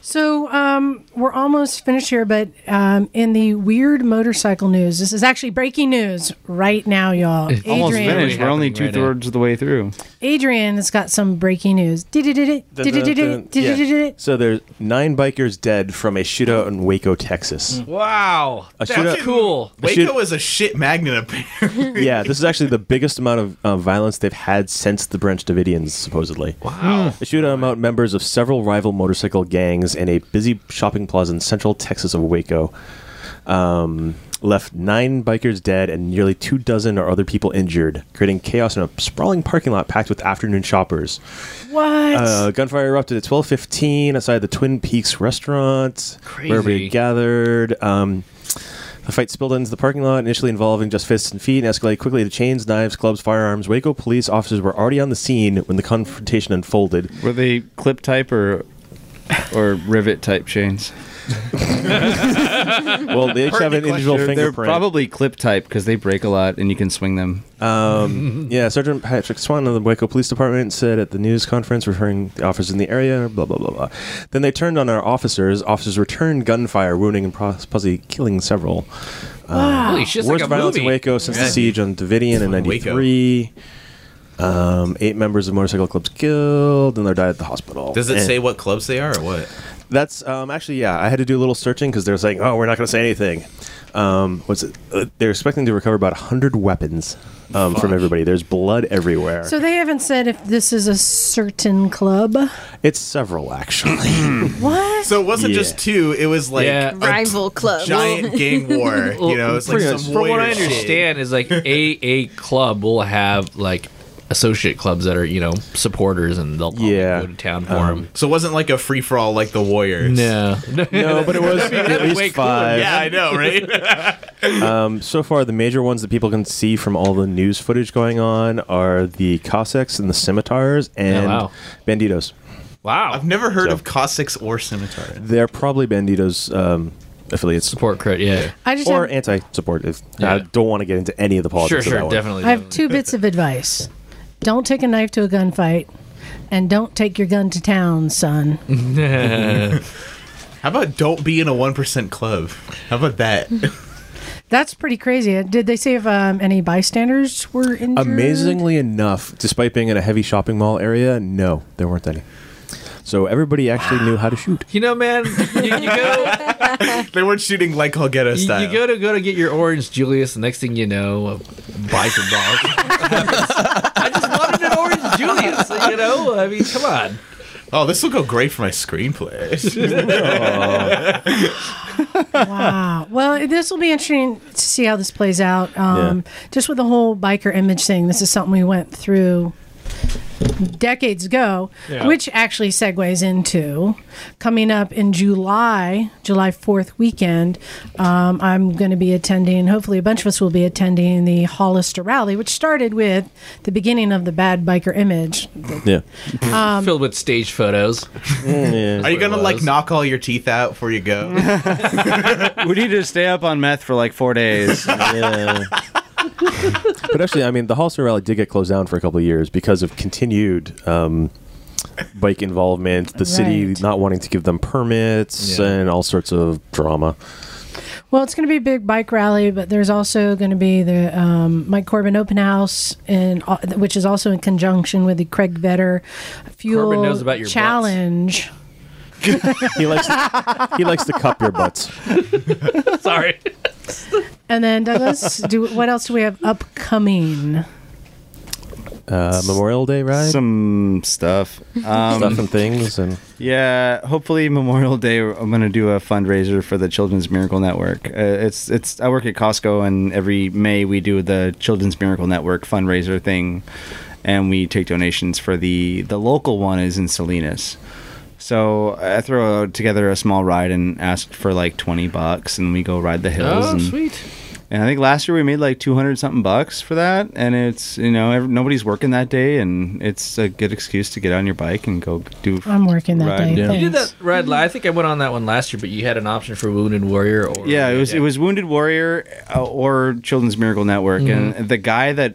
So um, we're almost finished here, but um, in the weird motorcycle news, this is actually breaking news right now, y'all.
Almost
Adrian,
finished. We're only two
Happening right now.
thirds of the way through.
Adrian has got some breaking news.
Yeah.
Did
So there's nine bikers dead from a shootout in Waco, Texas.
Wow.
A
That's
shootout-
cool.
should-
Waco is a shit magnet apparently.
Yeah, this is actually the biggest amount of uh, violence they've had since the Branch Davidians, supposedly.
Wow.
The shootout among members of several rival motorcycle gangs in a busy shopping plaza in central Texas of Waco um, left nine bikers dead and nearly two dozen or other people injured, creating chaos in a sprawling parking lot packed with afternoon shoppers.
What?
Uh, gunfire erupted at 12:15 outside the Twin Peaks restaurant, where
Crazy.
we gathered. Um, the fight spilled into the parking lot, initially involving just fists and feet, and escalated quickly to chains, knives, clubs, firearms. Waco police officers were already on the scene when the confrontation unfolded.
Were they clip type or or rivet type chains?
Well, they each have an individual
They're, they're
fingerprint.
probably clip type because they break a lot and you can swing them.
yeah, Sergeant Patrick Swan of the Waco Police Department said at the news conference, referring the officers in the area, blah, blah, blah, blah. Then they turned on our officers. Officers returned gunfire, wounding and possibly killing several.
Holy shit. It's
Worst
like a
violence
movie.
in Waco since the siege on Davidian in '93. Um, eight members of motorcycle clubs killed, and they died at the hospital. And
what clubs they are or what?
That's um, actually yeah. I had to do a little searching because they're saying, "Oh, we're not going to say anything." Um, what's it? Uh, they're expecting to recover about hundred weapons um, from everybody. There's blood everywhere.
so they haven't said if this is a certain club.
it's several
<laughs>
actually.
What?
So it wasn't
Yeah.
just two. It was like
Yeah.
a
Rival club.
giant gang war. You know, it's like
Pretty much.
some
From what I
warrior shit.
understand, is
<laughs>
like a a club will have like associate clubs that are you know supporters, and they'll all
Yeah. Um,
go to town for them.
So it wasn't like a free for all like the Warriors.
No,
<laughs> no, but it was at
way
least
cooler.
five. Um,
Yeah, I know, right?
So far, the major ones that people can see from all the news footage going on are the Cossacks and the Scimitars and
wow.
Bandidos.
<laughs> wow.
I've never heard
So-
of Cossacks or Scimitar.
They're probably Bandidos um, affiliates
Support crit, yeah.
I just
or
have,
anti-support. If
Yeah.
I don't want to get into any of the
Sure,
politics. of that
sure,
one.
definitely.
I have two bits of advice. Don't take a knife to a gunfight, and don't take your gun to town,
<laughs>
son.
How about don't be in a 1% club? How about that?
That's pretty crazy. Did they say if um, any bystanders were injured?
Amazingly enough, despite being in a heavy shopping mall area, no, there weren't any. So everybody actually knew how to shoot.
You know, man, you, you go
they weren't shooting like Calgetta
you,
style.
you go to go to get your orange Julius. The next thing you know, a biker dog. I just wanted an orange Julius. You know, I mean, come on.
oh, this will go great for my screenplay.
Wow. Well, this will be interesting to see how this plays out. Um, Just with the whole biker image thing, this is something we went through decades ago,
Yeah.
which actually segues into coming up in July, July 4th weekend. Um, I'm going to be attending, hopefully, a bunch of us will be attending the Hollister Rally, which started with the beginning of the bad biker image.
Yeah.
Filled with stage photos. <laughs>
Are you gonna like
was.
knock all your teeth out before you go?
we need to stay up on meth for like four days.
yeah. but actually, I mean, the Hollister Rally did get closed down for a couple of years because of continued um, bike involvement, the city
Right.
not wanting to give them permits,
Yeah.
and all sorts of drama.
Well, it's going to be a big bike rally, but there's also going to be the um, Mike Corbin open house, and uh, which is also in conjunction with the Craig Vetter Fuel
Corbin knows about your butts.
Challenge.
He likes he likes to cup your butts.
Sorry.
And then Douglas,
<laughs>
do what else do we have upcoming?
Uh, Memorial Day ride,
Some stuff.
<laughs>
Um,
stuff and things, and
Yeah, hopefully Memorial Day I'm gonna do a fundraiser for the Children's Miracle Network. Uh, it's it's I work at Costco and every May we do the Children's Miracle Network fundraiser thing, and we take donations for the the local one is in Salinas. So I throw together a small ride and ask for like twenty bucks, and we go ride the hills.
Oh,
and,
sweet.
and I think last year we made like 200 something bucks for that. And it's, you know, ev nobody's working that day. And it's a good excuse to get on your bike and go do.
I'm working that
Right,
day.
yeah.
You did
thanks.
that red light. I think I went on that one last year, but you had an option for Wounded Warrior or
Yeah, it was it was Wounded Warrior uh, or Children's Miracle Network, and the guy that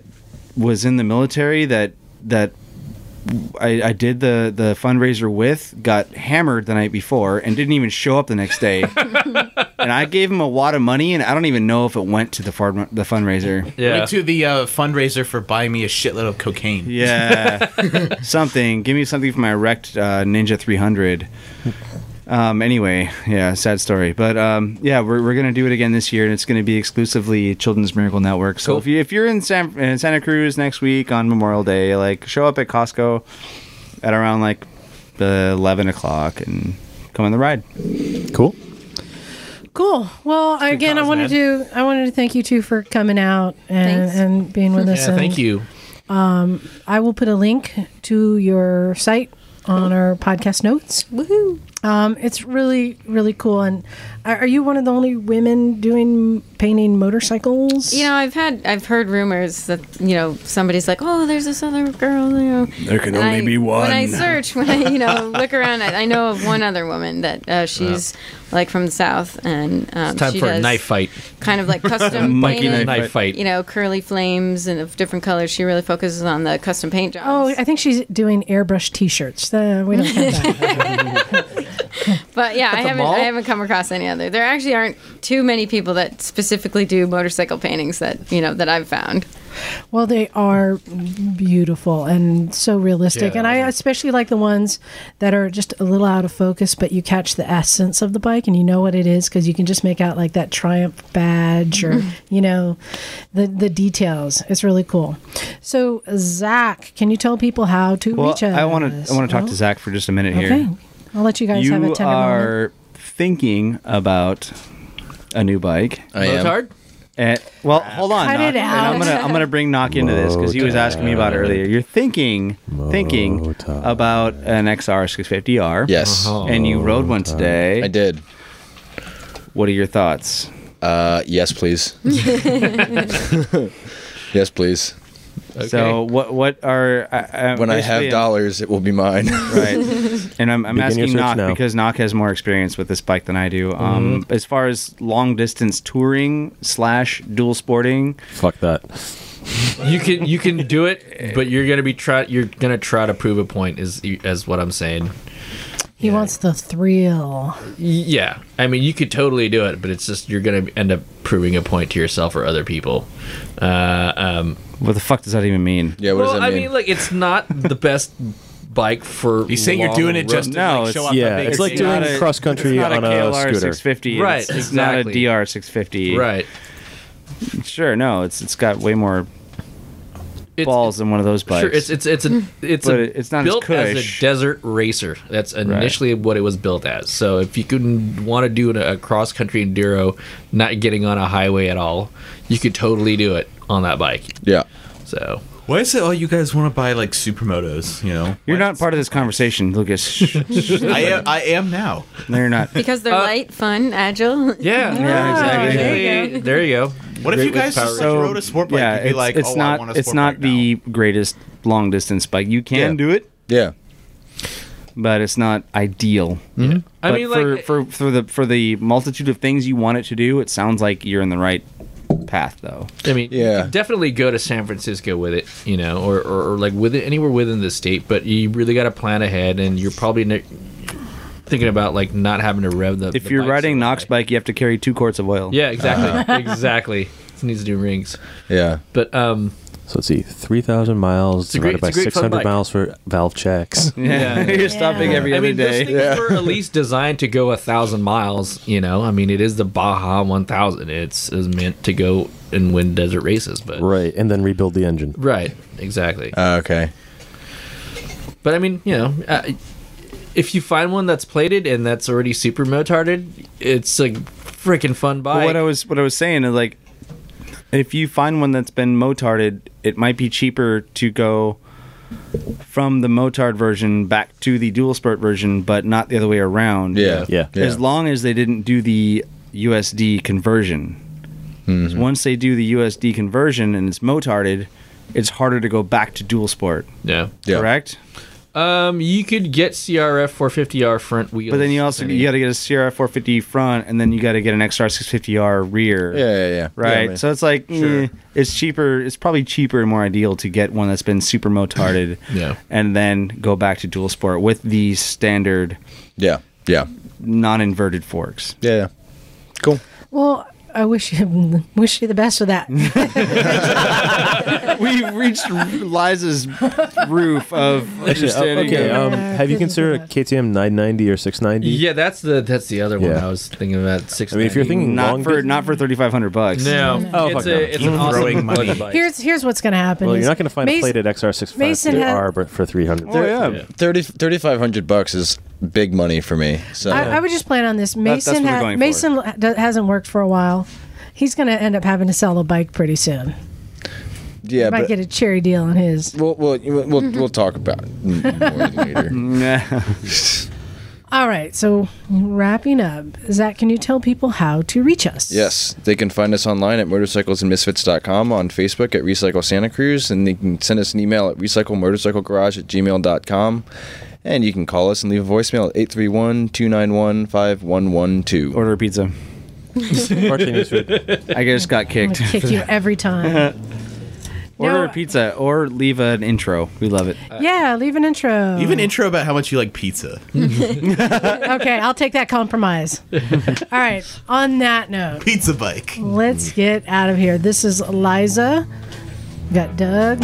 was in the military that that I, I did the the fundraiser with got hammered the night before and didn't even show up the next day, and I gave him a wad of money, and I don't even know if it went to the fun, the fundraiser.
yeah.
Went to the uh, fundraiser for buy me a shitload of cocaine.
Yeah, something. Give me something for my wrecked uh, Ninja 300. Um, anyway, yeah, sad story, but um, yeah, we're, we're gonna do it again this year, and it's gonna be exclusively Children's Miracle Network. So
Cool.
if you if you're in San in Santa Cruz next week on Memorial Day, like show up at Costco at around like the 11 o'clock and come on the ride.
cool.
Cool. Well, again, I
cause,
wanted to I wanted to thank you two for coming out and,
Thanks.
and being with us.
Yeah,
and
thank you.
I will put a link to your site on our podcast notes.
Woohoo!
Um, it's really, really cool. And are are you one of the only women doing painting motorcycles?
You know, I've had I've heard rumors that you know somebody's like, oh, there's this other girl. You know, there
can only be
When I
one.
search, when I you
<laughs>
know look around, I, I know of one other woman that uh, she's like from the south, and um,
It's time
she
for
does
a knife fight.
kind
<laughs>
of like custom
Monkey
painted,
knife fight.
You know, curly flames and of different colors. She really focuses on the custom paint jobs.
oh, I think she's doing airbrush T-shirts. Uh, we don't have that.
But yeah, I
the
haven't
mall?
I haven't come across any other. There actually aren't too many people that specifically do motorcycle paintings that you know that I've found.
well, they are beautiful and so realistic,
Yeah,
and I especially like the ones that are just a little out of focus, but you catch the essence of the bike and you know what it is because you can just make out like that Triumph badge or you know the the details. It's really cool. So, Zach, can you tell people how to
Well,
reach us?
I want to I want to talk
Oh,
to Zach for just a minute here.
Okay, I'll let you guys have a
You
tender moment.
are thinking about a new bike.
I am.
Motard?
Uh, well, hold on.
Cut
Nock,
it out.
And I'm gonna I'm gonna bring Knock into this because he was asking me about it earlier. You're thinking thinking
Motard.
about an XR650R.
Yes,
And you rode one today.
I did.
What are your thoughts?
Uh,
<laughs>
yes, please. <laughs> yes, please.
So what what are I, I,
When I have
basically-
dollars, it will be
<laughs>
mine.
right? And I'm, I'm
Begin your
asking
search
Knock
now. Mm-hmm.
because Knock has more experience with this bike than I do. Um, As far as long distance touring slash dual sporting,
Fuck that.
You can you can do <laughs> it, but you're gonna be try you're gonna try to prove a point is as what I'm saying.
He wants the thrill.
Yeah, I mean, you could totally do it, but it's just you're gonna end up proving a point to yourself or other people. Uh, um,
what the fuck does that even mean?
<laughs> yeah, what
well,
does that
I
mean?
mean, like it's not the best bike for.
He's saying you're doing it just to
No,
like, show
it's-
off.
yeah,
how big
it's like
it
doing
is.
a-
cross country
it's not
on
a
a,
KLR
scooter.
650.
Right,
It's, it's
exactly.
not a DR 650.
right.
Sure. No, it's it's got way more
It's,
balls than one of those bikes. Hmm.
Sure, it's it's it's a it's
But
a,
it- it's not as
built as,
cush.
a desert racer. That's initially what it was built as. So if you could want to do an- a cross country enduro, not getting on a highway at all, you could totally do it on that bike.
Yeah.
So
Why is it all you guys want to buy like supermotos? You know,
You're not part of this conversation, Lucas. Shh, shh,
I am, I am now.
no, you're not.
because they're light, fun, agile.
Uh, yeah,
Yeah, exactly.
there you
go. There you go.
What if
Great
you guys
with
just
power.
like rode a sport bike?
yeah,
You'd be
it's,
like,
it's
oh, I
not
want a
it's
sport
not
bike
the greatest long distance bike. You can
Yeah.
do it,
Yeah.
but it's not ideal.
I
But
mean,
for,
like
for for the for the multitude of things you want it to do, it sounds like you're in the right path, though.
I mean,
Yeah.
you could definitely go to San Francisco with it, you know, or, or, or like with it anywhere within the state. But you really got to plan ahead, and you're probably ne- thinking about like not having to rev the.
If
the
you're
bike so
riding Knox
high.
bike, you have to carry two quarts of oil. <laughs>
yeah, exactly, <laughs> exactly. It needs to do rings,
Yeah.
but um,
So let's see, three thousand miles
a great-
divided by
it's a great
six
fun
hundred
bike.
miles for valve checks.
yeah.
Yeah.
you're stopping
Yeah.
every
I
other
mean, those
day.
things were at least designed to go a thousand miles. You know, I mean, it is the Baja 1000. It's is meant to go and win desert races, but
right, and then rebuild the engine.
right, exactly.
Uh, okay.
But I mean, you know, uh, if you find one that's plated and that's already super motarded, it's a freaking fun
But
bike.
what I was what I was saying is like, if you find one that's been motarded, it might be cheaper to go from the motard version back to the dual sport version, but not the other way around.
Yeah.
Yeah.
As long as they didn't do the USD conversion.
Mm-hmm.
'Cause Once they do the USD conversion and it's motarded, it's harder to go back to dual sport.
yeah.
Yeah.
Correct.
Um, you could get CRF 450R front wheels.
But then you also you got to get a CRF 450 front, and then you got to get an XR 650R rear.
Yeah. Yeah. yeah.
Right.
Yeah, man.
So it's like eh, it's cheaper. It's probably cheaper and more ideal to get one that's been super motarded.
Yeah.
And then go back to dual sport with the standard
yeah. Yeah.
non-inverted forks.
Yeah. Yeah. Cool.
Well, I wish you <laughs> wish you the best with
<laughs>
that.
We've reached Liza's roof <laughs> of
Actually, uh,
understanding.
okay. Um,
Yeah,
have you
didn't
considered a
do
KTM 990 or 690?
Yeah, that's the that's the other one
Yeah.
I was thinking about. Six.
I mean, if you're thinking long
Not for
dis-
not for thirty five hundred bucks.
no,
Oh,
it's
fuck
a
no.
it's an awesome
Throwing money.
budget bike.
Here's here's what's going to happen.
well,
is
you're not going to find
Mason-
a plated
Mason had-
XR650R but for 300.
Oh yeah.
Yeah.
30 3,500 bucks is big money for me. So
I, I would just plan on this. Mason
what we're
ha-
going for.
Mason ha- do- hasn't worked for a while. He's going to end up having to sell the bike pretty soon.
yeah,
Might
but
get a cherry deal on his.
we'll, we'll we'll we'll- we'll talk about it more later.
<laughs> Nah.
All right. So wrapping up, Zach, can you tell people how to reach us?
Yes, they can find us online at motorcyclesandmisfits.com, on Facebook at Recycle Santa Cruz, and they can send us an email at recyclemotorcyclegarage at gmail.com. And you can call us and leave a voicemail at 831 291 5112.
Order a pizza.
Martinis food.
I just got
I'm
kicked.
gonna kick you every time.
Order
<laughs>
a
No.
pizza or leave an intro. We love it.
yeah, leave an intro.
Even intro about how much you like pizza.
okay, I'll take that compromise. All right. On that note,
Pizza bike.
let's get out of here. This is Liza. Got Doug.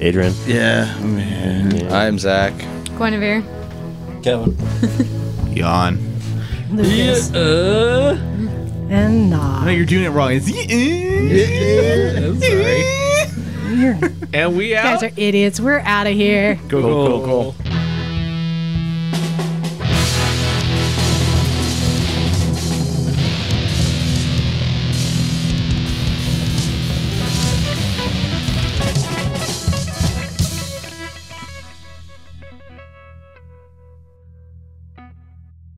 Adrian.
I'm Zach.
<laughs> Guinevere.
Yawn.
Lucas, and Nog.
No, you're doing it wrong. It's
You're-
And we
<laughs>
You guys
out.
are idiots. We're out of here.
Go, go, go.